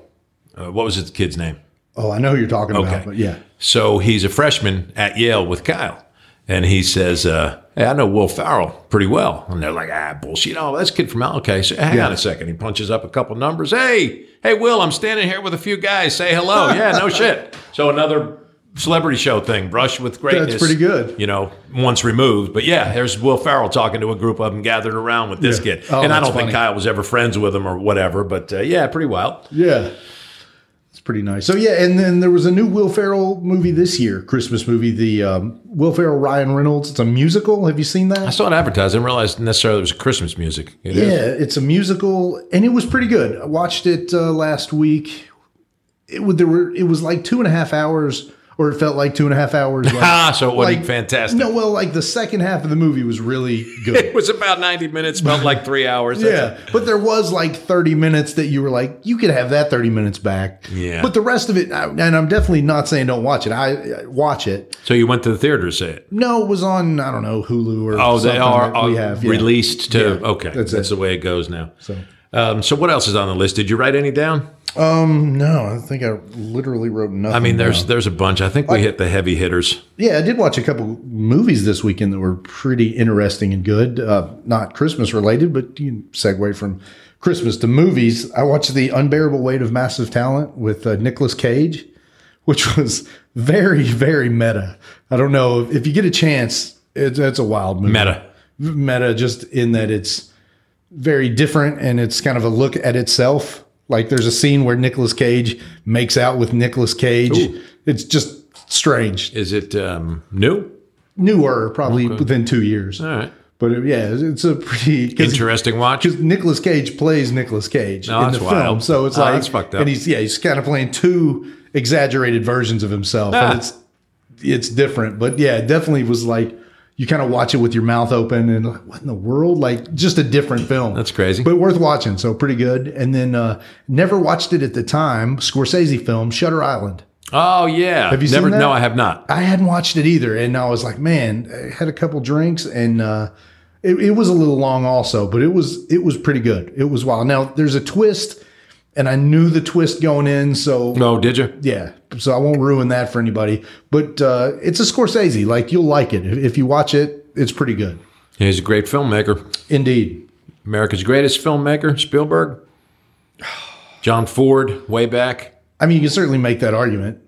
S3: Uh, what was the kid's name?
S2: Oh, I know who you're talking
S3: Okay.
S2: about, but yeah,
S3: So he's a freshman at Yale with Kyle. And he says, uh, Hey, I know Will Farrell pretty well. And they're like, Ah, bullshit. Oh, that's a kid from Alki. So hang on a second. He punches up a couple numbers. Hey, hey, Will, I'm standing here with a few guys. Say hello. yeah, no shit. So another celebrity show thing, Brush with Greatness.
S2: pretty good.
S3: You know, once removed. But yeah, there's Will Farrell talking to a group of them gathered around with this
S2: Yeah.
S3: kid.
S2: Oh,
S3: and I
S2: that's
S3: don't think
S2: funny.
S3: Kyle was ever friends with him or whatever. But uh, yeah, pretty wild.
S2: yeah. It's pretty nice. So yeah, and then there was a new Will Ferrell movie this year, Christmas movie, the um, Will Ferrell Ryan Reynolds. It's a musical. Have you seen that?
S3: I saw it advertised. I didn't realize necessarily it was Christmas music. It is.
S2: Yeah, it's a musical, and it was pretty good. I watched it uh, last week. It would there were it was like two and a half hours, or it felt like two and a half hours. Like,
S3: Ah, so it wasn't
S2: like-
S3: fantastic.
S2: no, well, like the second half of the movie was really good.
S3: It was about 90 minutes, felt like three hours.
S2: yeah, but there was like thirty minutes that you were like, you could have that thirty minutes back.
S3: Yeah.
S2: but the rest of it, I- and I'm definitely not saying don't watch it. I I watch it.
S3: So you went to the theater to see it.
S2: No, it was on I don't know Hulu or
S3: Oh, they
S2: something
S3: are
S2: that
S3: uh,
S2: we have yeah.
S3: released to.
S2: Yeah,
S3: okay. That's,
S2: that's it.
S3: the way it goes now. So.
S2: So.
S3: Um, so what else is on the list? Did you write any down?
S2: Um, no, I think I literally wrote nothing.
S3: I mean, there's there's a bunch. I think we hit the heavy hitters.
S2: Yeah, I did watch a couple movies this weekend that were pretty interesting and good. Uh, not Christmas related, but you can segue from Christmas to movies. I watched The Unbearable Weight of Massive Talent with uh, Nicolas Cage, which was very, very meta. I don't know if, if you get a chance, it's, it's a wild movie.
S3: Meta.
S2: Meta, just in that it's very different and it's kind of a look at itself. Like there's a scene where Nicolas Cage makes out with Nicolas Cage. It's just strange
S3: Is it um, new?
S2: newer, probably within two years.
S3: All right.
S2: But it, yeah, it's- it's a pretty because
S3: Interesting watch.
S2: Nicolas Cage plays Nicolas Cage
S3: No,
S2: in
S3: that's
S2: the film,
S3: wild.
S2: so it's
S3: Oh,
S2: like
S3: that's fucked up.
S2: And he's yeah, he's kind of playing two exaggerated versions of himself,
S3: Ah.
S2: and it's it's different. But yeah, it definitely was like you kind of watch it with your mouth open and like, what in the world? Like just a different film.
S3: That's crazy.
S2: but worth watching. So pretty good. And then uh, never watched it at the time. Scorsese film Shutter Island.
S3: Oh, yeah.
S2: Have you
S3: Never,
S2: seen that?
S3: No, I have not.
S2: I hadn't watched it either, and I was like, man, I had a couple drinks, and uh, it, it was a little long also, but it was it was pretty good. It was wild. Now there's a twist, and I knew the twist going in, so
S3: No, did you?
S2: yeah, so I won't ruin that for anybody. But uh, it's a Scorsese, like you'll like it if, if you watch it. It's pretty good,
S3: He's a great filmmaker.
S2: indeed.
S3: America's greatest filmmaker, Spielberg. John Ford, way back
S2: I mean, you can certainly make that argument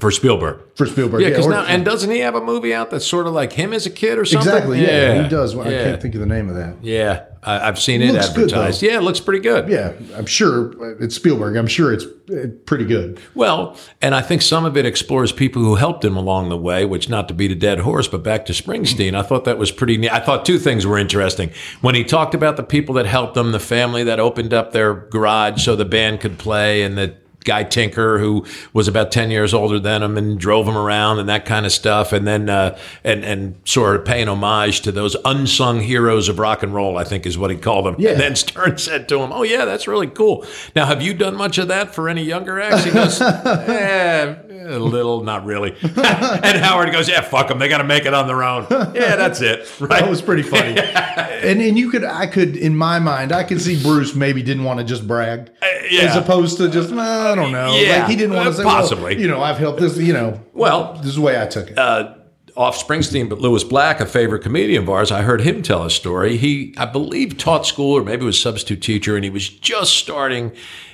S3: for Spielberg.
S2: for Spielberg.
S3: Yeah, because
S2: or-
S3: now and doesn't he have a movie out that's sort of like him as a kid or something?
S2: exactly, yeah, he does. Well,
S3: yeah,
S2: I can't think of the name of that.
S3: Yeah, I, I've seen it
S2: Looks good,
S3: advertised. yeah, it looks pretty good.
S2: Yeah, I'm sure it's Spielberg. I'm sure it's uh, pretty good.
S3: Well, and I think some of it explores people who helped him along the way. Which, not to beat a dead horse, but back to Springsteen, I thought that was pretty neat. I thought two things were interesting when he talked about the people that helped him, the family that opened up their garage so the band could play, and the guy Tinker who was about ten years older than him and drove him around and that kind of stuff, and then uh, and and sort of paying homage to those unsung heroes of rock and roll, I think is what he called them.
S2: Yeah.
S3: And then Stern said to him, "Oh yeah, that's really cool. Now have you done much of that for any younger acts?" He goes, "Eh, a little, not really." and Howard goes, "Yeah, fuck them. They got to make it on their own. Yeah, that's it. Right."
S2: That was pretty funny. and and you could I could in my mind I could see Bruce maybe didn't want to just brag
S3: Uh, yeah.
S2: as opposed to just "Nah, I don't know.
S3: Yeah.
S2: Like he didn't want
S3: Uh,
S2: to say well,
S3: possibly. Uh,
S2: you know, I've helped this, you know.
S3: Well,
S2: This is the way I took it.
S3: off Springsteen, but Lewis Black, a favorite comedian of ours, I heard him tell a story. He, I believe, taught school or maybe was substitute teacher, and he was just starting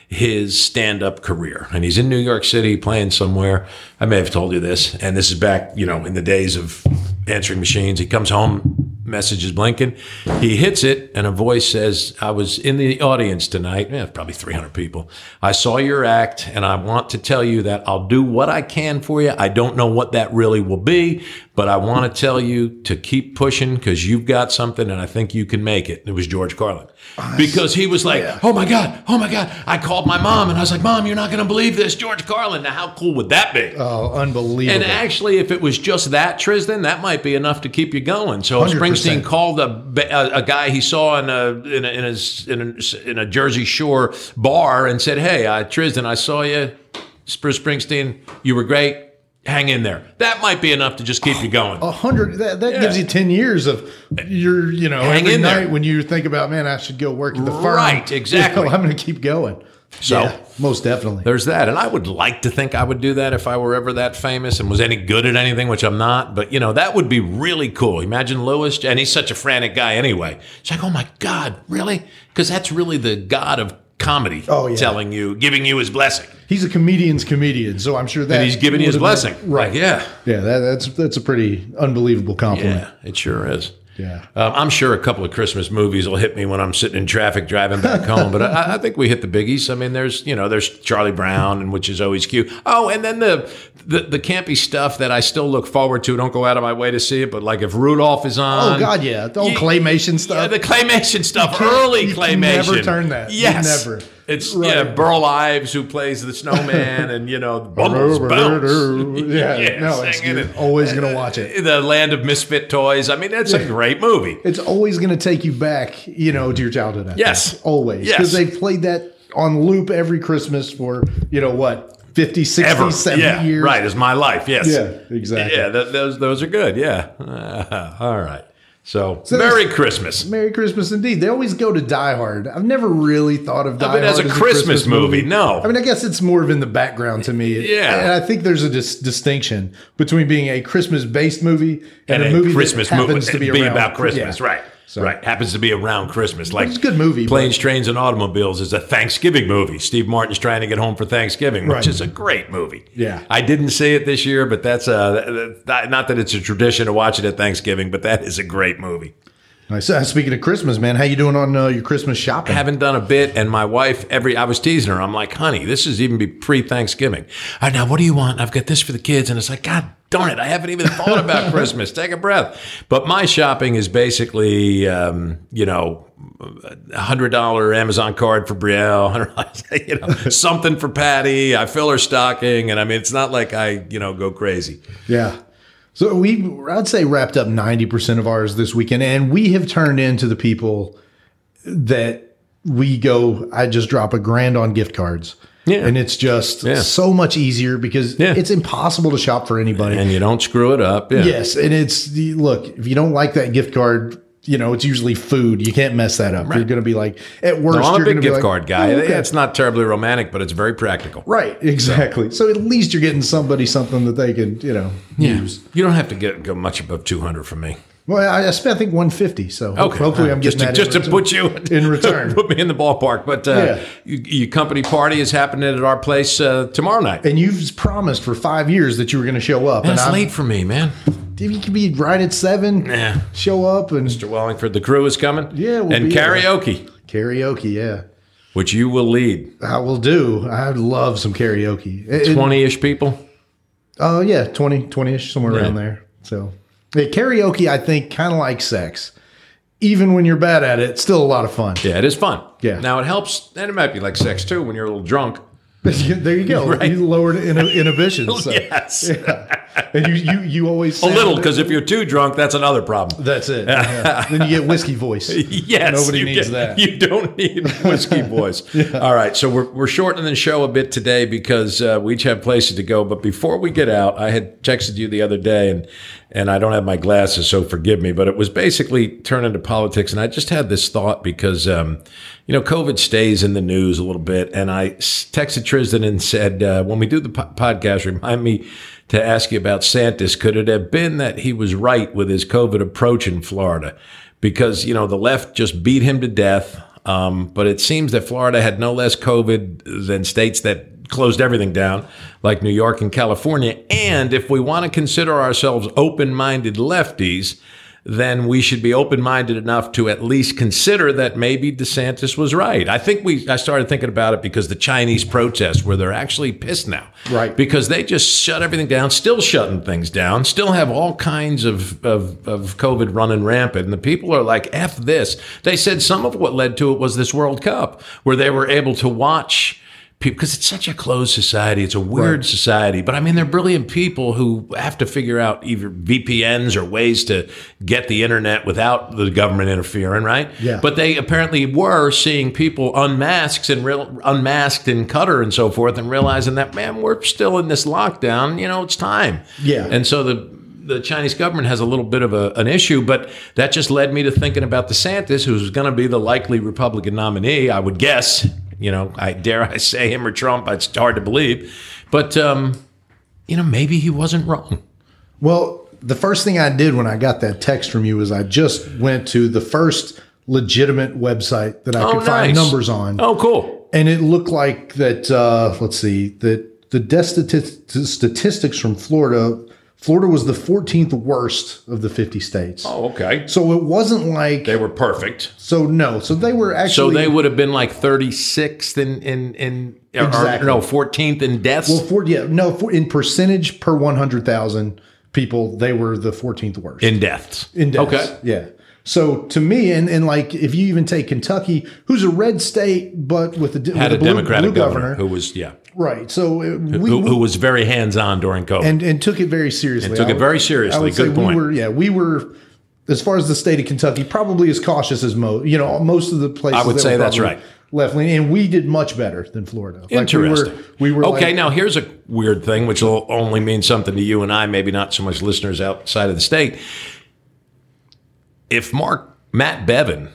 S3: his stand-up career. And he's in New York City playing somewhere. I may have told you this, and this is back, you know, in the days of answering machines. He comes home, message is blinking. He hits it, and a voice says, I was in the audience tonight, yeah, probably 300 people. I saw your act, and I want to tell you that I'll do what I can for you. I don't know what that really will be, but I want to tell you to keep pushing because you've got something, and I think you can make it. It was George Carlin. Because he was like, oh my God, oh my God. I called my mom, and I was like, Mom, you're not going to believe this. George Carlin. Now, how cool would that be?
S2: oh, unbelievable.
S3: And actually, if it was just that, Tristan, that might be enough to keep you going. So if
S2: 100%.
S3: Springsteen called a, ba- a, a guy he saw in a in a, in a, s- in a in a Jersey Shore bar and said, "Hey, uh, Tristan, I saw you, Bruce Springsteen. You were great. Hang in there." That might be enough to just keep you going.
S2: a hundred that, that gives you ten years of your you know
S3: Hang
S2: every
S3: in
S2: night
S3: there.
S2: when you think about man I should go work at the firm
S3: Right,
S2: You know,
S3: exactly.
S2: I'm going to keep going
S3: So-
S2: most definitely
S3: There's that. And I would like to think I would do that if I were ever that famous and was any good at anything, which I'm not. But, you know, that would be really cool. Imagine Lewis, and he's such a frantic guy anyway. It's like, oh my God, really? Because that's really the God of comedy
S2: Oh, yeah.
S3: telling you, giving you his blessing.
S2: he's a comedian's comedian so I'm sure that
S3: And he's giving you his
S2: would've
S3: blessing.
S2: been- right
S3: Like, yeah.
S2: yeah that, that's that's a pretty unbelievable compliment
S3: Yeah, it sure is.
S2: yeah.
S3: Um, I'm sure a couple of Christmas movies will hit me when I'm sitting in traffic driving back home, but I, I think we hit the biggies. I mean, there's you know there's Charlie Brown, and which is always cute. Oh, and then the, the the campy stuff that I still look forward to. Don't go out of my way to see it, but like if Rudolph is on,
S2: Oh God, yeah, the old
S3: Um, You-
S2: claymation stuff.
S3: yeah, the claymation stuff,
S2: can't-
S3: early
S2: you can
S3: claymation.
S2: never turn that. You
S3: Yes,
S2: never.
S3: It's
S2: Right.
S3: yeah, Burl Ives who plays the snowman, and you know Bumbles Bounce.
S2: yeah, no, it's,
S3: singing
S2: you're
S3: and- uh,
S2: always gonna watch it.
S3: The Land of Misfit Toys. I mean, that's a great movie.
S2: It's always gonna take you back, you know, to your childhood. I think.
S3: Yes.
S2: always,
S3: Yes.
S2: because they've played that on loop every Christmas for you know what 50, 60,
S3: ever.
S2: 70
S3: yeah,
S2: years.
S3: right. It's my life. Yes.
S2: Yeah, exactly.
S3: Yeah, th- those those are good. Yeah. all right. So,
S2: there's-
S3: Merry Christmas.
S2: Merry Christmas indeed. They always go to Die Hard. I've never really thought of Die
S3: mean,
S2: Hard
S3: as a Christmas movie, no.
S2: I mean, I guess it's more of in the background to me.
S3: Yeah.
S2: and I think there's a dis- distinction between being a Christmas-based movie and, a, movie that
S3: movie
S2: happens to be, around
S3: about Christmas,
S2: Yeah.
S3: right? Right, happens to be around Christmas. Like
S2: It's a good movie, but-
S3: Planes, Trains, and Automobiles is a Thanksgiving movie. Steve Martin's trying to get home for Thanksgiving, which
S2: Right.
S3: is a great movie.
S2: Yeah.
S3: I didn't see it this year, but that's uh, that- not that it's a tradition to watch it at Thanksgiving, but that is a great movie.
S2: Nice. Uh, speaking of Christmas, man, how you doing on uh, your Christmas shopping?
S3: haven't done a bit and my wife every i was teasing her i'm like honey this is even be pre-thanksgiving all right now what do you want i've got this for the kids and it's like god darn it i haven't even thought about christmas take a breath but my shopping is basically um, you know a hundred dollar amazon card for brielle $100, you know something for patty i fill her stocking and i mean it's not like i you know go crazy
S2: Yeah. So we, I'd say, wrapped up 90% of ours this weekend, and we have turned into the people that we go, I just drop a grand on gift cards.
S3: Yeah.
S2: And it's just
S3: Yeah.
S2: so much easier because
S3: Yeah.
S2: it's impossible to shop for anybody.
S3: and you don't screw it up yeah,
S2: yes. And it's the look, if you don't like that gift card, you know, it's usually food. You can't mess that up. You're going to be like, at worst,
S3: Well, I'm
S2: you're
S3: a
S2: going to be
S3: big gift
S2: like,
S3: card guy.
S2: "Oh, okay."
S3: It's not terribly romantic, but it's very practical.
S2: Right. Exactly. So. at least you're getting somebody something that they can, you know, use.
S3: You don't have to get go much above 200 from me.
S2: Well, I, I spent I think one fifty. So hopefully I'm
S3: just
S2: getting
S3: to,
S2: that
S3: just
S2: in
S3: to
S2: return.
S3: put you
S2: in return.
S3: put me in the ballpark. But uh,
S2: Yeah.
S3: you- your company party is happening at our place uh, tomorrow night.
S2: And you've promised for five years that you were going to show up.
S3: That's
S2: and
S3: late for me, man.
S2: I'm, you could be right at seven.
S3: Yeah.
S2: Show up and
S3: Mr. Wallingford, the crew is coming.
S2: Yeah, we'll
S3: and
S2: be there.
S3: karaoke,
S2: karaoke. Yeah,
S3: which you will lead.
S2: I will do. I love some karaoke. It- it-
S3: Twenty-ish people.
S2: Oh yeah, 20, 20-ish, somewhere around there. So yeah, karaoke, I think, kind of like sex. Even when you're bad at it, it's still a lot of fun.
S3: Yeah, it is fun.
S2: Yeah.
S3: Now it helps, and it might be like sex too when you're a little drunk.
S2: there you go.
S3: Right.
S2: You lowered inhi- inhibitions. so-
S3: yes.
S2: And you, you, you always
S3: A
S2: sound-
S3: little, because if you're too drunk, that's another problem.
S2: That's it. yeah. Then you get whiskey voice.
S3: Yes.
S2: Nobody
S3: you
S2: needs
S3: get-
S2: that.
S3: You don't need whiskey boys. All right. So we're, we're shortening the show a bit today because uh, we each have places to go. But before we get out, I had texted you the other day and, and I don't have my glasses, so forgive me, but it was basically turned into politics. And I just had this thought because, um, you know, COVID stays in the news a little bit. And I s- texted Tristan and said, uh, when we do the po- podcast, remind me to ask you about Santis. Could it have been that he was right with his COVID approach in Florida? because you know the left just beat him to death. Um, but it seems that Florida had no less COVID than states that closed everything down, like New York and California. And if we want to consider ourselves open-minded lefties, then we should be open-minded enough to at least consider that maybe DeSantis was right. I think we I started thinking about it because the Chinese protests where they're actually pissed now.
S2: Right.
S3: Because they just shut everything down, still shutting things down, still have all kinds of, of, of COVID running rampant. And the people are like, F this. They said some of what led to it was this World Cup, where they were able to watch people, because it's such a closed society. It's a weird society. But I mean, they're brilliant people who have to figure out either VPNs or ways to get the internet without the government interfering, right?
S2: Yeah.
S3: But they apparently were seeing people unmasked and real, unmasked in Qatar and so forth, and realizing that man, we're still in this lockdown. You know, it's time.
S2: Yeah.
S3: And so the the Chinese government has a little bit of a, an issue, but that just led me to thinking about DeSantis, who's going to be the likely Republican nominee, I would guess. You know, I dare I say him or Trump. It's hard to believe, but um, you know, maybe he wasn't wrong.
S2: Well, the first thing I did when I got that text from you is I just went to the first legitimate website that I
S3: Oh,
S2: could find
S3: nice.
S2: numbers on.
S3: Oh, cool.
S2: And it looked like that, uh, let's see, that the death stati- t- statistics from Florida, Florida was the 14th worst of the 50 states.
S3: Oh, okay.
S2: So it wasn't like,
S3: They were perfect.
S2: so no, so they were actually.
S3: So they would have been like 36th in in in or- or
S2: Exactly.
S3: no 14th in deaths.
S2: Well, for, yeah, no, for, in percentage per 100,000 people, they were the 14th worst.
S3: in deaths.
S2: In deaths.
S3: Okay.
S2: Yeah. So to me, and, and like if you even take Kentucky, who's a red state, but with a, de-
S3: Had a
S2: with blue-
S3: Democratic
S2: blue
S3: governor, who was yeah,
S2: right? So uh, we,
S3: who, who was very hands on during COVID.
S2: and and took it very seriously.
S3: took it
S2: would-
S3: very seriously.
S2: I would
S3: Good
S2: say
S3: point.
S2: We were, yeah, we were as far as the state of Kentucky, probably as cautious as most. You know, most of the places.
S3: I would
S2: that
S3: say
S2: were
S3: that's
S2: probably
S3: right.
S2: Left leaning, and we did much better than Florida. Like, we were-
S3: Interesting.
S2: we were,
S3: okay.
S2: like-
S3: now here's a weird thing, which will only mean something to you and I, maybe not so much listeners outside of the state. If Mark Matt Bevin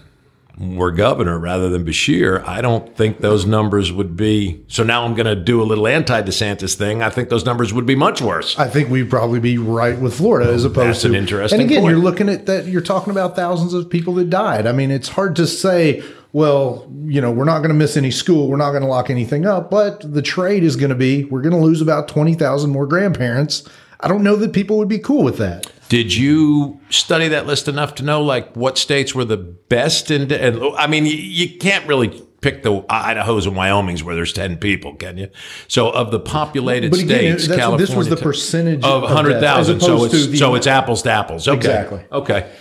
S3: were governor rather than Bashir, I don't think those numbers would be. So now I'm going to do a little anti-DeSantis thing. I think those numbers would be much worse.
S2: I think we'd probably be right with Florida as opposed
S3: that's
S2: to
S3: an interesting
S2: And again,
S3: point.
S2: you're looking at that. You're talking about thousands of people that died. I mean, it's hard to say. Well, you know, we're not going to miss any school. We're not going to lock anything up. But the trade is going to be we're going to lose about twenty thousand more grandparents. I don't know that people would be cool with that.
S3: Did you study that list enough to know like what states were the best? And, and I mean, you, you can't really pick the Idaho's and Wyoming's where there's ten people, can you? So of the populated
S2: But again,
S3: states,
S2: that's,
S3: California
S2: this was the percentage
S3: of
S2: death,
S3: hundred thousand.
S2: as
S3: So
S2: opposed
S3: it's
S2: to the-
S3: so it's apples to apples. Okay.
S2: Exactly.
S3: Okay.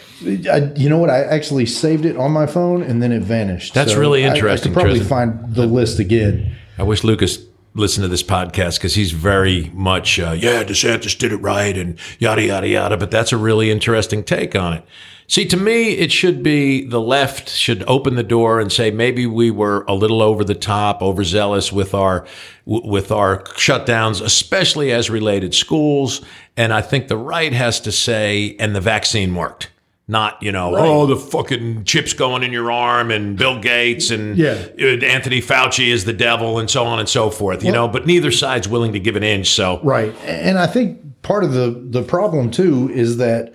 S2: I, you know what? I actually saved it on my phone and then it vanished.
S3: That's really
S2: I-
S3: interesting,
S2: I, could probably
S3: Tristan.
S2: find the list again.
S3: I wish Lucas listened to this podcast because he's very much, uh, yeah, DeSantis did it right and yada, yada, yada. But that's a really interesting take on it. See, to me, it should be the left should open the door and say maybe we were a little over the top, overzealous with our w- with our shutdowns, especially as related schools. And I think the right has to say, and the vaccine worked, not you know, oh, the fucking chips going in your arm, and Bill Gates, and
S2: Yeah.
S3: uh, Anthony Fauci is the devil, and so on and so forth. You know, but neither side's willing to give an inch. So
S2: Right. And I think part of the the problem too is that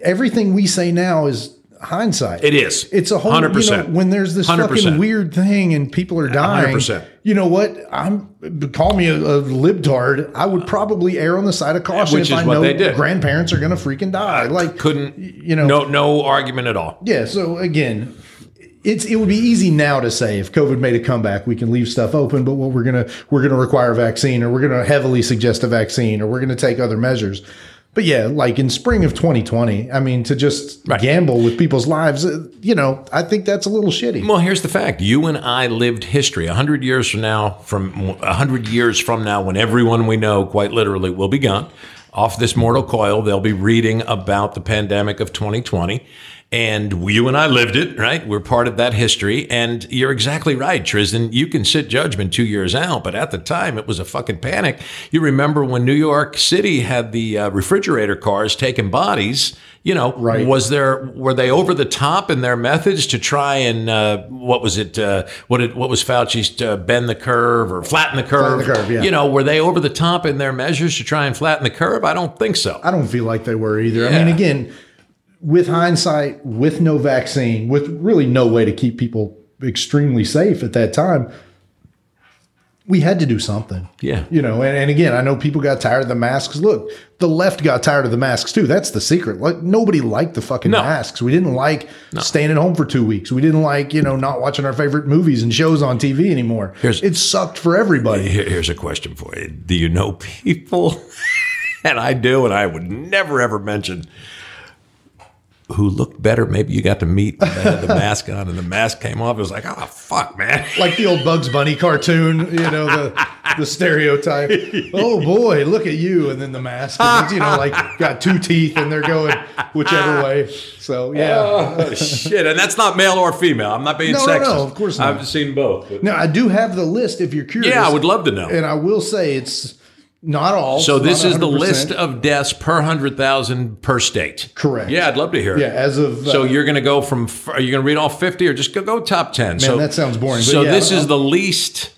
S2: everything we say now is hindsight.
S3: it is.
S2: It's a whole you know,
S3: 100%.
S2: when there's this fucking
S3: 100%.
S2: weird thing and people are dying.
S3: 100%.
S2: You know what? I'm call me a, a libtard. I would probably err on the side of caution
S3: Which
S2: if
S3: is
S2: I
S3: what
S2: know
S3: they did.
S2: grandparents are going to freaking die. Like
S3: couldn't
S2: you know
S3: no no argument at all.
S2: yeah. So again, it's it would be easy now to say if COVID made a comeback, we can leave stuff open, but what we're gonna we're gonna require a vaccine, or we're gonna heavily suggest a vaccine, or we're gonna take other measures. But yeah, like in spring of 2020, I mean, to just
S3: Right.
S2: gamble with people's lives, uh, you know, I think that's a little shitty.
S3: Well, here's the fact: you and I lived history. A hundred years from now, from a hundred years from now, when everyone we know, quite literally, will be gone off this mortal coil, they'll be reading about the pandemic of 2020. And you and I lived it, right? We're part of that history. And you're exactly right, Tristan. You can sit judgment two years out, but at the time it was a fucking panic. You remember when New York City had the uh, refrigerator cars taking bodies, you know,
S2: Right.
S3: was there were they over the top in their methods to try and uh, what was it uh, what did, what was Fauci's uh, bend the curve or flatten the curve?
S2: the curve, yeah.
S3: You know, were they over the top in their measures to try and flatten the curve? I don't think so.
S2: I don't feel like they were either. I
S3: Yeah.
S2: mean, again, with hindsight, with no vaccine, with really no way to keep people extremely safe at that time, we had to do something.
S3: Yeah.
S2: You know, and, and again, I know people got tired of the masks. Look, the left got tired of the masks too. That's the secret. Like nobody liked the fucking
S3: No.
S2: masks. We didn't like staying at home for two weeks. We didn't like, you know, not watching our favorite movies and shows on TV anymore.
S3: Here's-
S2: it sucked for everybody.
S3: Here- here's a question for you: Do you know people? and I do, and I would never ever mention. Who looked better? Maybe you got to meet and they had the mask on, and the mask came off. It was like, oh fuck, man!
S2: like the old Bugs Bunny cartoon, you know, the the stereotype. Oh boy, look at you, and then the mask, and it's, you know, like got two teeth, and they're going whichever
S3: Ah.
S2: way. So yeah,
S3: Oh shit! And that's not male or female. I'm not being
S2: No, no,
S3: sexist.
S2: no, of course not.
S3: I've seen both. but-
S2: now I do have the list if you're curious.
S3: yeah, I would love to know.
S2: and I will say it's not all.
S3: so
S2: it's
S3: this
S2: not
S3: is the
S2: 100%.
S3: list of deaths per hundred thousand per state.
S2: Correct.
S3: Yeah, I'd love to hear. it.
S2: yeah, as of
S3: So
S2: uh,
S3: you're going to go from? f- Are you going to read all fifty, or just go go top ten? so
S2: that sounds boring, but
S3: So
S2: yeah,
S3: this
S2: I'll-
S3: is the least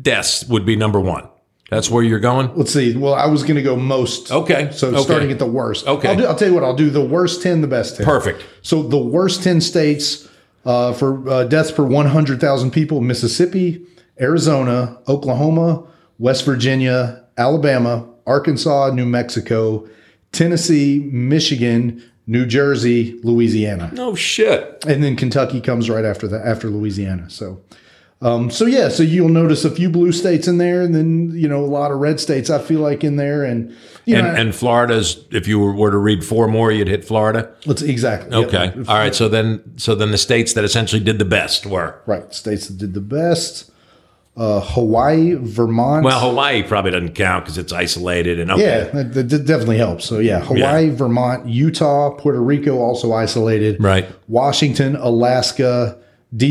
S3: deaths would be number one. That's where you're going.
S2: Let's see. Well, I was going to go most.
S3: Okay.
S2: So
S3: Okay.
S2: starting at the worst.
S3: Okay.
S2: I'll, do, I'll tell you what. I'll do the worst ten, the best ten.
S3: Perfect.
S2: So the worst 10 states uh, for uh, deaths per 100,000 people Mississippi, Arizona, Oklahoma, West Virginia, Alabama, Arkansas, New Mexico, Tennessee, Michigan, New Jersey, Louisiana.
S3: No shit.
S2: And then Kentucky comes right after that, after Louisiana. So. Um, so yeah, so you'll notice a few blue states in there, and then you know a lot of red states. I feel like in there, and you
S3: And
S2: know,
S3: and Florida's. If you were, were to read four more, you'd hit Florida.
S2: let's exactly yep.
S3: Okay. All right. So then, so then the states that essentially did the best were.
S2: Right. States that did the best. Uh, Hawaii, Vermont.
S3: Well, Hawaii probably doesn't count because it's isolated and
S2: yeah,
S3: okay.
S2: that, that did definitely helps. So, yeah, Hawaii, Vermont, Utah, Puerto Rico, also isolated.
S3: Right.
S2: Washington, Alaska,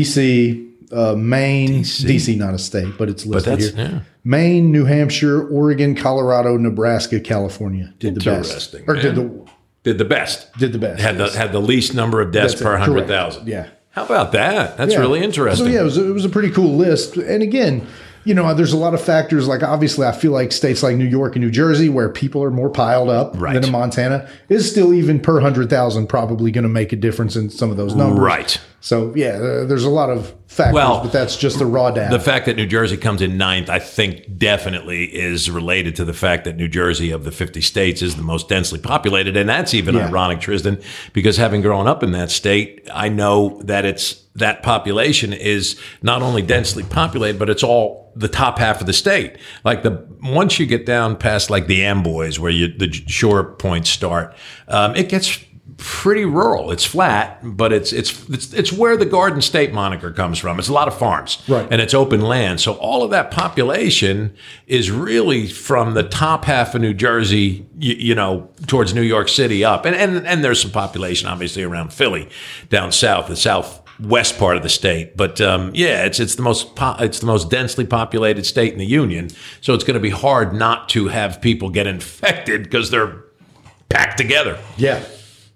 S2: DC, uh, Maine. DC. not a state, but it's listed
S3: that's-
S2: here.
S3: yeah.
S2: Maine, New Hampshire, Oregon, Colorado, Nebraska, California did the best.
S3: Interesting,
S2: Or did
S3: man.
S2: the
S3: Did the best.
S2: did the best.
S3: Had the had the least number of deaths
S2: That's
S3: per
S2: it.
S3: hundred
S2: Correct.
S3: thousand.
S2: Yeah.
S3: How about that? That's
S2: Yeah.
S3: really interesting.
S2: So yeah, it was, it was a pretty cool list. And again, you know, there's a lot of factors. Like obviously, I feel like states like New York and New Jersey, where people are more piled up
S3: Right.
S2: than in Montana, is still even per hundred thousand probably going to make a difference in some of those numbers.
S3: Right.
S2: So yeah, uh, there's a lot of factors,
S3: Well,
S2: but that's just the raw data.
S3: The fact that New Jersey comes in ninth, I think, definitely is related to the fact that New Jersey, of the 50 states, is the most densely populated. And that's even
S2: Yeah.
S3: ironic, Tristan, because having grown up in that state, I know that it's that population is not only densely populated, but it's all the top half of the state. Like the once you get down past like the Amboys, where you the shore points start, um, it gets pretty rural. It's flat, but it's, it's it's it's where the Garden State moniker comes from. It's a lot of farms,
S2: Right.
S3: And it's open land, so all of that population is really from the top half of New Jersey, you, you know, towards New York City up, and and and there's some population obviously around Philly, down south, the southwest part of the state. But um, yeah, it's it's the most po- it's the most densely populated state in the union, so it's going to be hard not to have people get infected because they're packed together.
S2: yeah.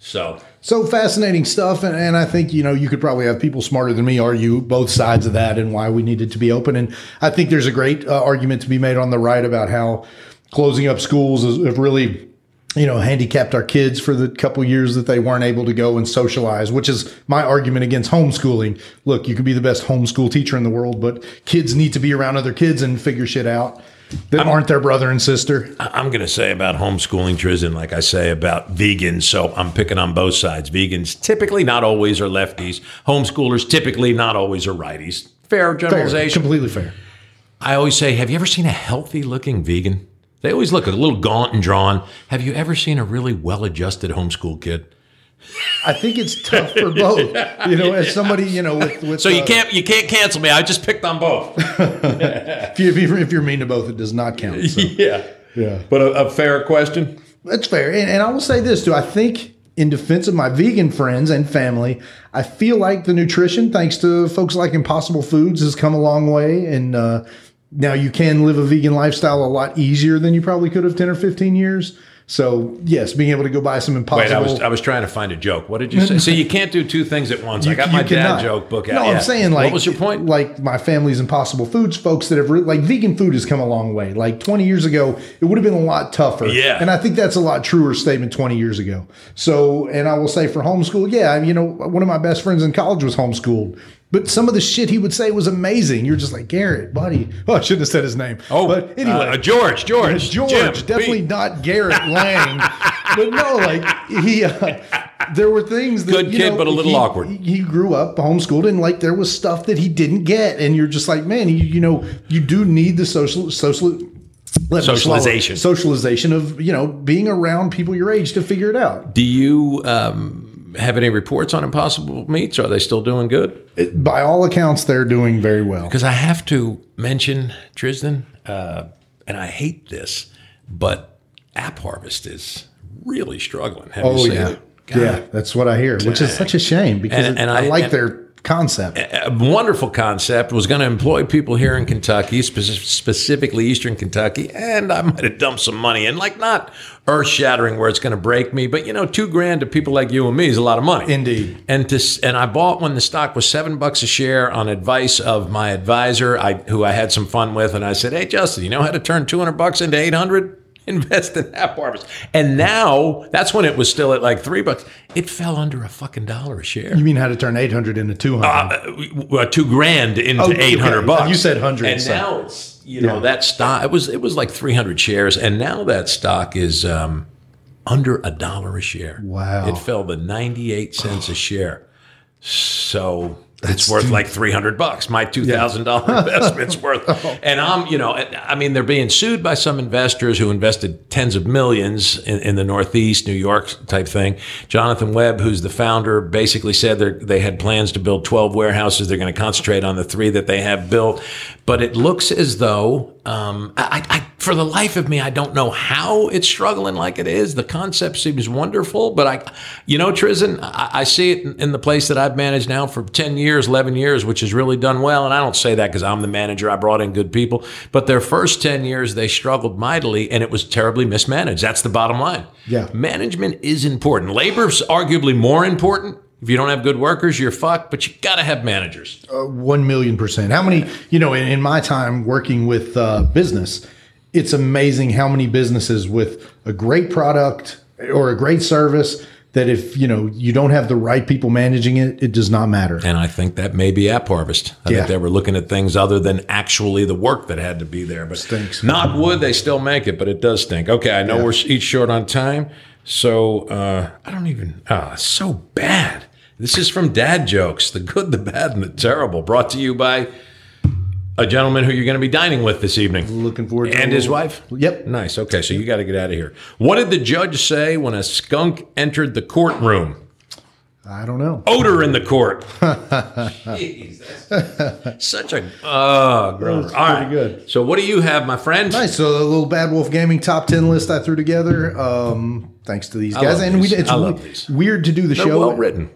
S3: So.
S2: So fascinating stuff, and, and I think you know you could probably have people smarter than me argue both sides of that and why we needed to be open. And I think there's a great uh, argument to be made on the right about how closing up schools is, have really you know handicapped our kids for the couple years that they weren't able to go and socialize, which is my argument against homeschooling. Look, you could be the best homeschool teacher in the world, but kids need to be around other kids and figure shit out that aren't their brother and sister.
S3: I'm going to say about homeschooling, Tristan, like I say about vegans. So I'm picking on both sides. Vegans typically not always are lefties. Homeschoolers typically not always are righties. Fair
S2: Fair,
S3: generalization.
S2: completely fair.
S3: I always say, have you ever seen a healthy looking vegan? They always look a little gaunt and drawn. Have you ever seen a really well adjusted homeschool kid?
S2: I think it's tough for both. You know, as somebody, you know, with, with
S3: So you
S2: uh,
S3: can't you can't cancel me. I just picked on both.
S2: if, you, if you're- if you're mean to both, it does not count. So.
S3: yeah.
S2: Yeah.
S3: But a, a fair question.
S2: That's fair. And, and I will say this too. I think in defense of my vegan friends and family, I feel like the nutrition, thanks to folks like Impossible Foods, has come a long way. And uh, now you can live a vegan lifestyle a lot easier than you probably could have 10 or 15 years. So, yes, being able to go buy some
S3: Wait,
S2: Impossible.
S3: I was I was trying to find a joke. What did you say? so you can't do two things at once. I got my dad joke book out.
S2: No,
S3: Yeah.
S2: I'm saying like
S3: what was your point?
S2: Like my family's Impossible Foods folks that have re- like vegan food has come a long way. Like 20 years ago, it would have been a lot tougher.
S3: Yeah.
S2: and I think that's a lot truer statement 20 years ago. So, and I will say for homeschool, yeah, you know, one of my best friends in college was homeschooled. But some of the shit he would say was amazing. You're just like Garrett, buddy. Oh, I shouldn't have said his name.
S3: oh,
S2: but anyway,
S3: uh, George, George,
S2: George,
S3: Jim,
S2: definitely
S3: B.
S2: not Garrett Lang. but no, like he, uh, there were things that
S3: Good
S2: you
S3: kid,
S2: know,
S3: but a little
S2: he-
S3: awkward.
S2: He grew up homeschooled, and like there was stuff that he didn't get, and you're just like, man, you, you know, you do need the social social. let me slow it.
S3: Socialization.
S2: socialization of you know being around people your age to figure it out.
S3: Do you um, have any reports on Impossible Meats? Are they still doing good?
S2: By all accounts, they're doing very well.
S3: Because I have to mention Drisden, uh, and I hate this, but App Harvest is really struggling. Have
S2: Oh
S3: you seen
S2: yeah,
S3: it?
S2: yeah, that's what I hear, which is such a shame because
S3: And-
S2: it-
S3: and
S2: I,
S3: I-
S2: like
S3: and-
S2: their concept.
S3: a wonderful concept was going to employ people here in Kentucky, spe- specifically Eastern Kentucky, and I might have dumped some money in, like not earth shattering where it's going to break me, but you know, two grand to people like you and me is a lot of money.
S2: Indeed.
S3: And to s- and I bought when the stock was seven bucks a share on advice of my advisor, I who I had some fun with, and I said, "Hey, Justin, you know how to turn two hundred bucks into eight hundred? Invest in App Harvest." And now that's when it was still at like three bucks. It fell under a fucking dollar a share
S2: You mean how to turn 800 into 200?
S3: uh, two grand into
S2: Oh,
S3: eight hundred
S2: okay.
S3: bucks.
S2: You said 100,
S3: and
S2: so-
S3: now it's you know that stock. It was it was like three hundred shares, and now that stock is um, under a dollar a share.
S2: Wow.
S3: It fell to ninety eight cents a share. So it's worth like three hundred bucks. My two thousand dollar investment's worth, and I'm you know I mean they're being sued by some investors who invested tens of millions in, in the Northeast, New York type thing. Jonathan Webb, who's the founder, basically said they they had plans to build twelve warehouses. They're going to concentrate on the three that they have built, but it looks as though um, I, I for the life of me I don't know how it's struggling like it is. The concept seems wonderful, but I you know Tristan I, I see it in, in the place that I've managed now for 10 years, 11 years, which has really done well. And I don't say that because I'm the manager. I brought in good people. But their first 10 years, they struggled mightily and it was terribly mismanaged. That's the bottom line.
S2: Yeah.
S3: Management is important. Labor's arguably more important. If you don't have good workers, you're fucked, but you got to have managers.
S2: Uh, One million percent. How many, you know, in, in my time working with uh, business, it's amazing how many businesses with a great product or a great service that if, you know, you don't have the right people managing it, it does not matter.
S3: And I think that may be App Harvest. I
S2: Yeah.
S3: think they were looking at things other than actually the work that had to be there. But
S2: Stinks.
S3: Not wood, they still make it, but it does stink. Okay, I know we're each short on time, so uh, I don't even. Ah, so bad. This is from Dad Jokes: the good, the bad, and the terrible. Brought to you by a gentleman who you're going to be dining with this evening.
S2: Looking forward to
S3: And
S2: a
S3: his
S2: little-
S3: wife?
S2: Yep.
S3: Nice. Okay, so you got to get out of here. What did the judge say when a skunk entered the courtroom?
S2: I don't know.
S3: odor in the court. Jeez, that's- such a oh, groaner.
S2: That's
S3: All
S2: pretty
S3: right.
S2: good.
S3: So, what do you have, my friend?
S2: Nice. So the little Bad Wolf Gaming top ten list I threw together. Um, thanks to these
S3: love
S2: guys, and
S3: these.
S2: we it's
S3: I love
S2: we-
S3: these.
S2: weird to do the
S3: They're
S2: show.
S3: well written.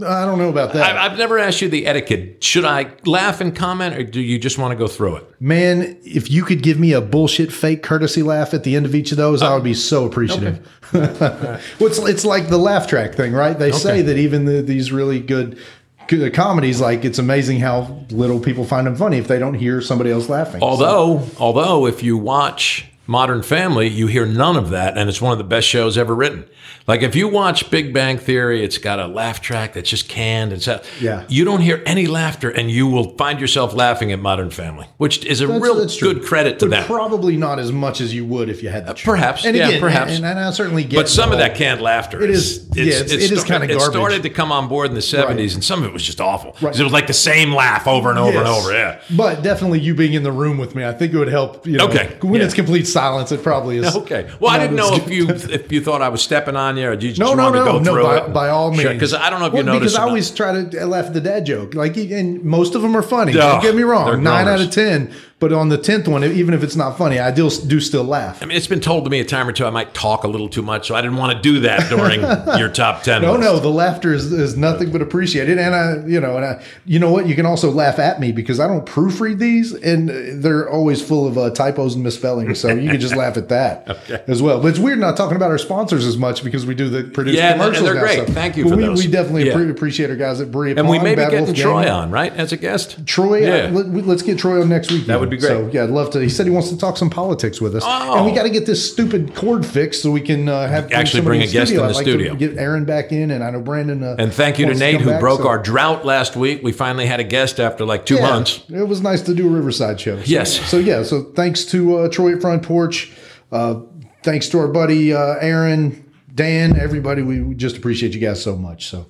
S2: I don't know about that.
S3: I, I've never asked you the etiquette. Should I laugh and comment, or do you just want to go through it?
S2: Man, if you could give me a bullshit fake courtesy laugh at the end of each of those, I would be so appreciative. well, it's, it's like the laugh track thing, right? They say that even the, these really good co- comedies, like it's amazing how little people find them funny if they don't hear somebody else laughing.
S3: Although, although, if you watch Modern Family, you hear none of that, and it's one of the best shows ever written. Like if you watch Big Bang Theory, it's got a laugh track that's just canned and stuff.
S2: Yeah.
S3: you don't hear any laughter, and you will find yourself laughing at Modern Family, which is a real
S2: true.
S3: good credit to
S2: But
S3: them.
S2: Probably not as much as you would if you had the choice.
S3: perhaps.
S2: And
S3: Yeah,
S2: again,
S3: perhaps.
S2: And, and I certainly get
S3: but some
S2: the
S3: of that
S2: whole-
S3: canned laughter
S2: It is- yeah, it's- it is
S3: started-
S2: kinda
S3: It
S2: garbage.
S3: started to come on board in the 70s, and some of it was just awful. 'Cause
S2: Right.
S3: It was like the same laugh over and over and
S2: Yes.
S3: over. Yeah.
S2: But definitely you being in the room with me, I think it would help. You know,
S3: Okay.
S2: When
S3: Yeah.
S2: it's complete silence, it probably is.
S3: Okay. Well, I
S2: not
S3: didn't
S2: as
S3: know if
S2: good.
S3: you if you thought I was stepping on you or did you just
S2: No, no,
S3: wanted
S2: no,
S3: to go
S2: no.
S3: through
S2: by,
S3: it.
S2: by all means,
S3: Because I don't know if
S2: Well,
S3: you noticed.
S2: Because I
S3: or not.
S2: always try to laugh at the dad joke. Like, and most of them are funny.
S3: Ugh,
S2: don't get me
S3: they're
S2: wrong. Nine
S3: groaners.
S2: out of ten. But on the tenth one, even if it's not funny, I do, do still laugh.
S3: I mean, it's been told to me a time or two I might talk a little too much, so I didn't want to do that during your top ten.
S2: No,
S3: list.
S2: no, the laughter is, is nothing but appreciated. And I, you know, and I, you know what? You can also laugh at me because I don't proofread these and uh, they're always full of uh, typos and misspellings. So you can just laugh at that as well. But it's weird not talking about our sponsors as much because we do the produce
S3: Yeah, and they're- and
S2: commercials.
S3: they're
S2: now,
S3: great.
S2: so-
S3: Thank you
S2: But
S3: for
S2: we,
S3: those.
S2: We definitely
S3: Yeah.
S2: appre- appreciate our guys at Brie
S3: And we may be
S2: Bad
S3: getting
S2: Wolf
S3: Troy
S2: Gaming.
S3: on, right, as a guest.
S2: Troy,
S3: Yeah.
S2: uh, let, let's get Troy on next week. That
S3: would be great.
S2: So yeah, I'd love to. He said he wants to talk some politics with us,
S3: Oh.
S2: and we got to get this stupid cord fixed so we can uh, have
S3: Actually
S2: somebody
S3: bring a
S2: the
S3: guest
S2: studio.
S3: in the
S2: I'd like
S3: studio.
S2: To get Aaron back in, and I know Brandon. Uh,
S3: And thank you to
S2: wants
S3: Nate
S2: come
S3: who
S2: back,
S3: broke
S2: so-
S3: our drought last week. We finally had a guest after like two
S2: Yeah,
S3: months.
S2: It was nice to do a Riverside show. So,
S3: Yes.
S2: So yeah, so thanks to uh, Troy at Front Porch. Uh, thanks to our buddy uh, Aaron, Dan, everybody. We we just appreciate you guys so much. So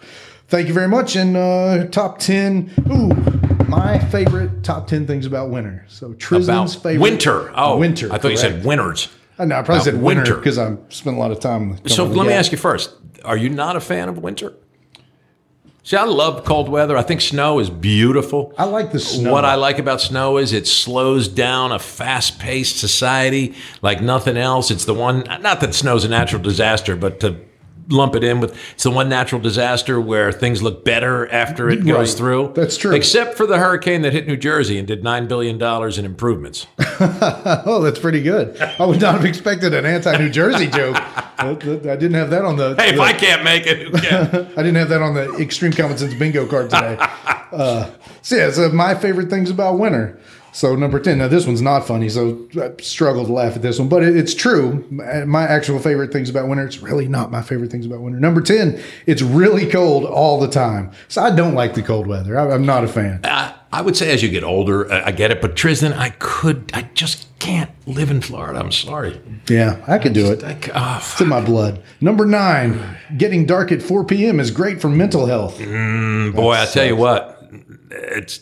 S2: thank you very much. And uh, top ten. Ooh, my favorite top ten things about winter. So Trisden's
S3: About
S2: favorite
S3: winter. Oh,
S2: winter.
S3: I thought you said winners.
S2: Uh, No, I probably said
S3: about
S2: winter
S3: winter.
S2: because I spent a lot of time.
S3: So let me ask you first: Are you not a fan of winter? See, I love cold weather. I think snow is beautiful.
S2: I like the snow.
S3: What I like about snow is it slows down a fast paced society like nothing else. It's the one, not that snow's a natural disaster, but to lump it in with, it's the one natural disaster where things look better after it goes
S2: Right.
S3: through.
S2: That's true.
S3: Except for the hurricane that hit New Jersey and did $9 billion in improvements.
S2: Oh, that's pretty good. I would not have expected an anti-New Jersey joke. I I didn't have that on the.
S3: hey, if
S2: the-
S3: I can't make it, who can?
S2: I didn't have that on the Extreme Common Sense bingo card today. uh, so yeah, so my favorite things about winter. So number ten. Now this one's not funny, so I struggled to laugh at this one, but it, it's true. My my actual favorite things about winter. It's really not my favorite things about winter. Number ten. It's really cold all the time, so I don't like the cold weather. I, I'm not a fan.
S3: I, I would say as you get older, I, I get it, but Tristan, I could, I just can't live in Florida. I'm sorry.
S2: Yeah, I could do it.
S3: I, c- oh,
S2: It's in my blood. Number nine, getting dark at 4 p.m. is great for mental health.
S3: Mm, Boy, I tell you what, it's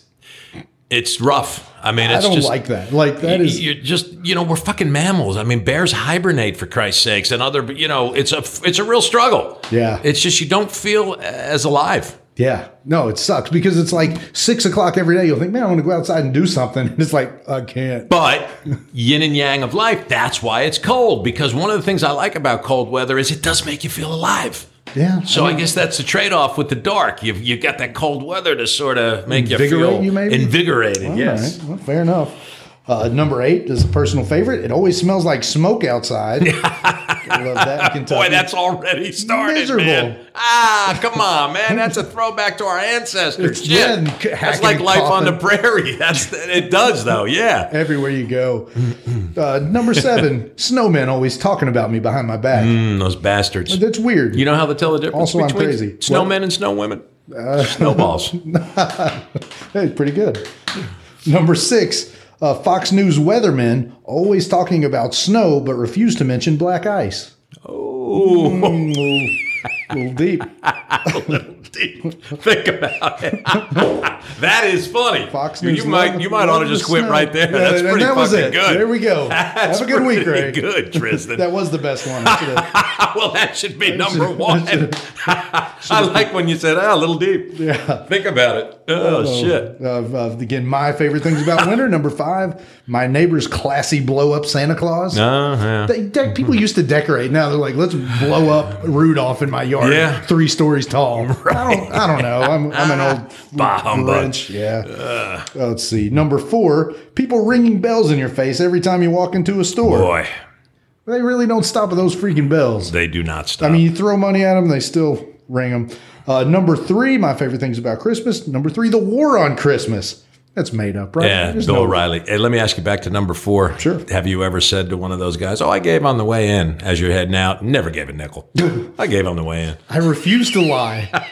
S3: it's rough. I mean,
S2: I
S3: it's
S2: don't
S3: just,
S2: like that. Like that
S3: y-
S2: is
S3: You're just, you know, we're fucking mammals. I mean, bears hibernate for Christ's sakes, and other, you know, it's a it's a real struggle.
S2: Yeah.
S3: it's just you don't feel as alive.
S2: yeah. No, it sucks because it's like six o'clock every day. You'll think, man, I want to go outside and do something. And it's like, I can't.
S3: But yin and yang of life. That's why it's cold. Because one of the things I like about cold weather is it does make you feel alive.
S2: Yeah.
S3: So I
S2: mean,
S3: guess that's the trade-off with the dark. You've you got that cold weather to sort of make you
S2: Invigorate
S3: feel
S2: you, maybe?
S3: invigorated.
S2: all
S3: yes.
S2: right. Well, fair enough. Uh, number eight is a personal favorite. It always smells like smoke outside. I love that in Kentucky.
S3: Boy, that's already started,
S2: Miserable.
S3: man. Ah, come on, man. That's a throwback to our ancestors.
S2: It's
S3: Shit.
S2: been c-
S3: That's
S2: hacking
S3: like
S2: and
S3: life on the
S2: coughing.
S3: prairie. That's it. Does though, yeah.
S2: everywhere you go. Uh, number seven, snowmen always talking about me behind my back.
S3: Mm, those bastards.
S2: That's weird.
S3: You know how they tell the difference
S2: Also, I'm
S3: between
S2: crazy. Uh,
S3: snowmen and snowwomen? Snowballs.
S2: Hey, pretty good. Number six, uh, Fox News weathermen always talking about snow but refuse to mention black ice.
S3: Ooh,
S2: Mm, little, little deep.
S3: think about it. that is funny.
S2: Fox
S3: you,
S2: News.
S3: you might you might
S2: love
S3: ought to
S2: the
S3: just quit
S2: snow.
S3: right there.
S2: Yeah,
S3: That's
S2: and
S3: pretty
S2: that
S3: fucking
S2: was it.
S3: good.
S2: There we go.
S3: That's
S2: Have a good week,
S3: pretty
S2: Ray.
S3: Good, Tristan.
S2: That was the best one. I should've-
S3: well, that should be number
S2: should-
S3: one.
S2: that should-
S3: I like when you said, ah, a little deep. Yeah. Think about it. Oh, shit.
S2: Of, of again, my favorite things about winter. Number five, my neighbor's classy blow up Santa Claus.
S3: Uh,
S2: They, they- people used to decorate. Now they're like, let's blow up Rudolph in my yard,
S3: Yeah.
S2: three stories tall. I don't, I don't know. I'm, I'm an old
S3: Bah humbug.
S2: Grinch. Yeah. Let's see. Number four, people ringing bells in your face every time you walk into a store.
S3: Boy,
S2: They really don't stop at those freaking bells.
S3: they do not stop.
S2: I mean, you throw money at them, they still ring them. Uh, number three, my favorite things about Christmas. Number three, the war on Christmas. That's made up, right?
S3: yeah,
S2: There's
S3: Bill
S2: no-
S3: O'Reilly. Hey, let me ask you back to number four.
S2: Sure.
S3: Have you ever said to one of those guys, oh, I gave on the way in as you're heading out? Never gave a nickel. I gave on the way in.
S2: I refuse to lie. I-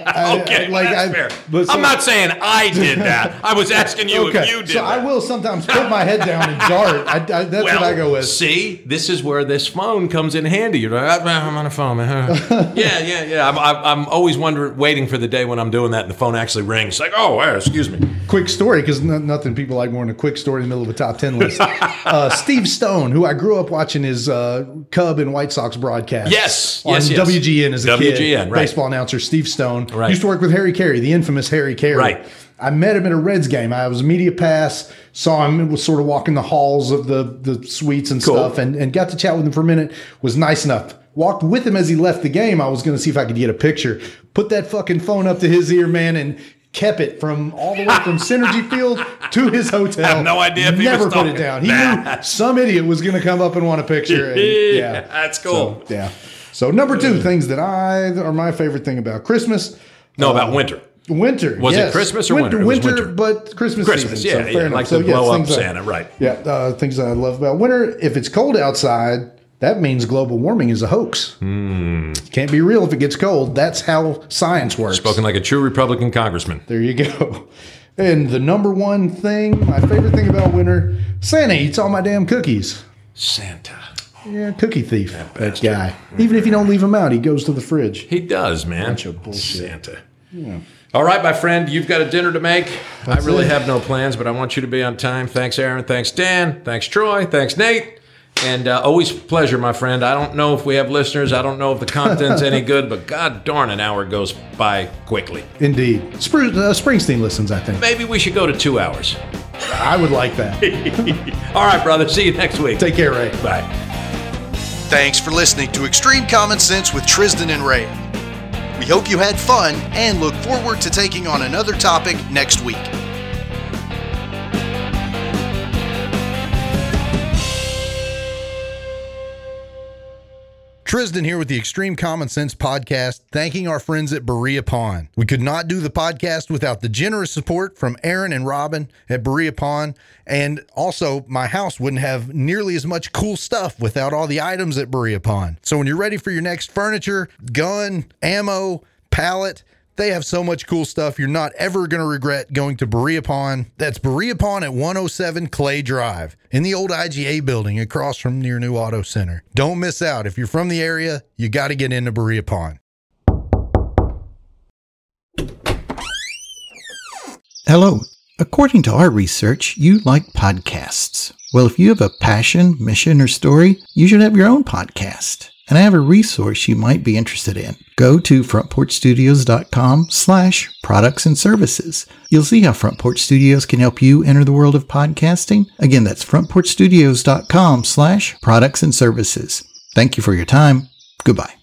S3: Okay,
S2: I-
S3: that's
S2: I-
S3: fair.
S2: but so-
S3: I'm not saying I did that. I was asking you if you did
S2: so I
S3: that.
S2: will sometimes put my head down and dart. I, I, that's
S3: Well,
S2: what I go with.
S3: See, this is where this phone comes in handy. You're like, "Ah, I'm on a phone. man." yeah, yeah, yeah. I'm, I'm, I'm always wondering, waiting for the day when I'm doing that and the phone actually rings. Like, oh, hey, excuse me.
S2: quick story because nothing people like more than a quick story in the middle of a top 10 list. uh, Steve Stone, who I grew up watching his uh, Cub and White Sox broadcast.
S3: Yes,
S2: On
S3: yes, yes.
S2: WGN as a
S3: WGN,
S2: kid.
S3: right.
S2: Baseball announcer Steve Stone.
S3: Right.
S2: Used to work with Harry Carey, the infamous Harry Carey.
S3: Right.
S2: I met him at a Reds game. I was a media pass, saw him, and was sort of walking the halls of the, the suites and
S3: Cool.
S2: stuff, and, and got to chat with him for a minute. Was nice enough. Walked with him as he left the game. I was going to see if I could get a picture. Put that fucking phone up to his ear, man, and kept it from all the way from Synergy Field to his hotel.
S3: I have no idea if he
S2: Never
S3: was
S2: put
S3: talking.
S2: it down. He knew some idiot was going to come up and want a picture. and- yeah,
S3: That's cool.
S2: So, yeah. So number two, things that I are my favorite thing about Christmas.
S3: No, about
S2: um,
S3: winter.
S2: Winter.
S3: Was it
S2: yes.
S3: Christmas or winter? It was
S2: Winter,
S3: winter.
S2: but Christmas.
S3: Christmas,
S2: season,
S3: yeah,
S2: so fair
S3: yeah,
S2: enough.
S3: like
S2: so,
S3: the
S2: yes,
S3: blow up
S2: things I-
S3: Santa, right.
S2: Yeah, uh, things I love about winter. If it's cold outside, that means global warming is a hoax.
S3: Hmm.
S2: Can't be real if it gets cold. That's how science works.
S3: Spoken like a true Republican congressman.
S2: There you go. And the number one thing, my favorite thing about winter, Santa eats all my damn cookies.
S3: Santa.
S2: Yeah, cookie thief. That guy. Even if you don't leave him out, he goes to the fridge.
S3: He does, man.
S2: of bullshit.
S3: Santa. All right, my friend, you've got a dinner to make. I really
S2: it.
S3: have no plans, but I want you to be on time. Thanks, Aaron. Thanks, Dan. Thanks, Troy. Thanks, Nate. And uh, always a pleasure, my friend. I don't know if we have listeners. I don't know if the content's any good, but god darn, an hour goes by quickly.
S2: Indeed. Spru- uh, Springsteen listens, I think.
S3: Maybe we should go to two hours.
S2: I would like that.
S3: All right, brother. See you next week.
S2: Take care, Ray.
S3: Bye.
S4: Thanks for listening to Extreme Common Sense with Tristan and Ray. We hope you had fun and look forward to taking on another topic next week.
S5: Tristan here with the Extreme Common Sense Podcast, thanking our friends at Berea Pond. We could not do the podcast without the generous support from Aaron and Robin at Berea Pond. And also, my house wouldn't have nearly as much cool stuff without all the items at Berea Pond. So, when you're ready for your next furniture, gun, ammo, pallet, they have so much cool stuff. You're not ever going to regret going to Berea Pond. That's Berea Pond at 107 Clay Drive in the old IGA building across from near New Auto Center. Don't miss out. If you're from the area, you got to get into Berea Pond.
S6: Hello. According to our research, you like podcasts. Well, if you have a passion, mission, or story, you should have your own podcast. And I have a resource you might be interested in. Go to frontporchstudios.com slash products and services. You'll see how Front Porch Studios can help you enter the world of podcasting. Again, that's frontporchstudios.com slash products and services. Thank you for your time. Goodbye.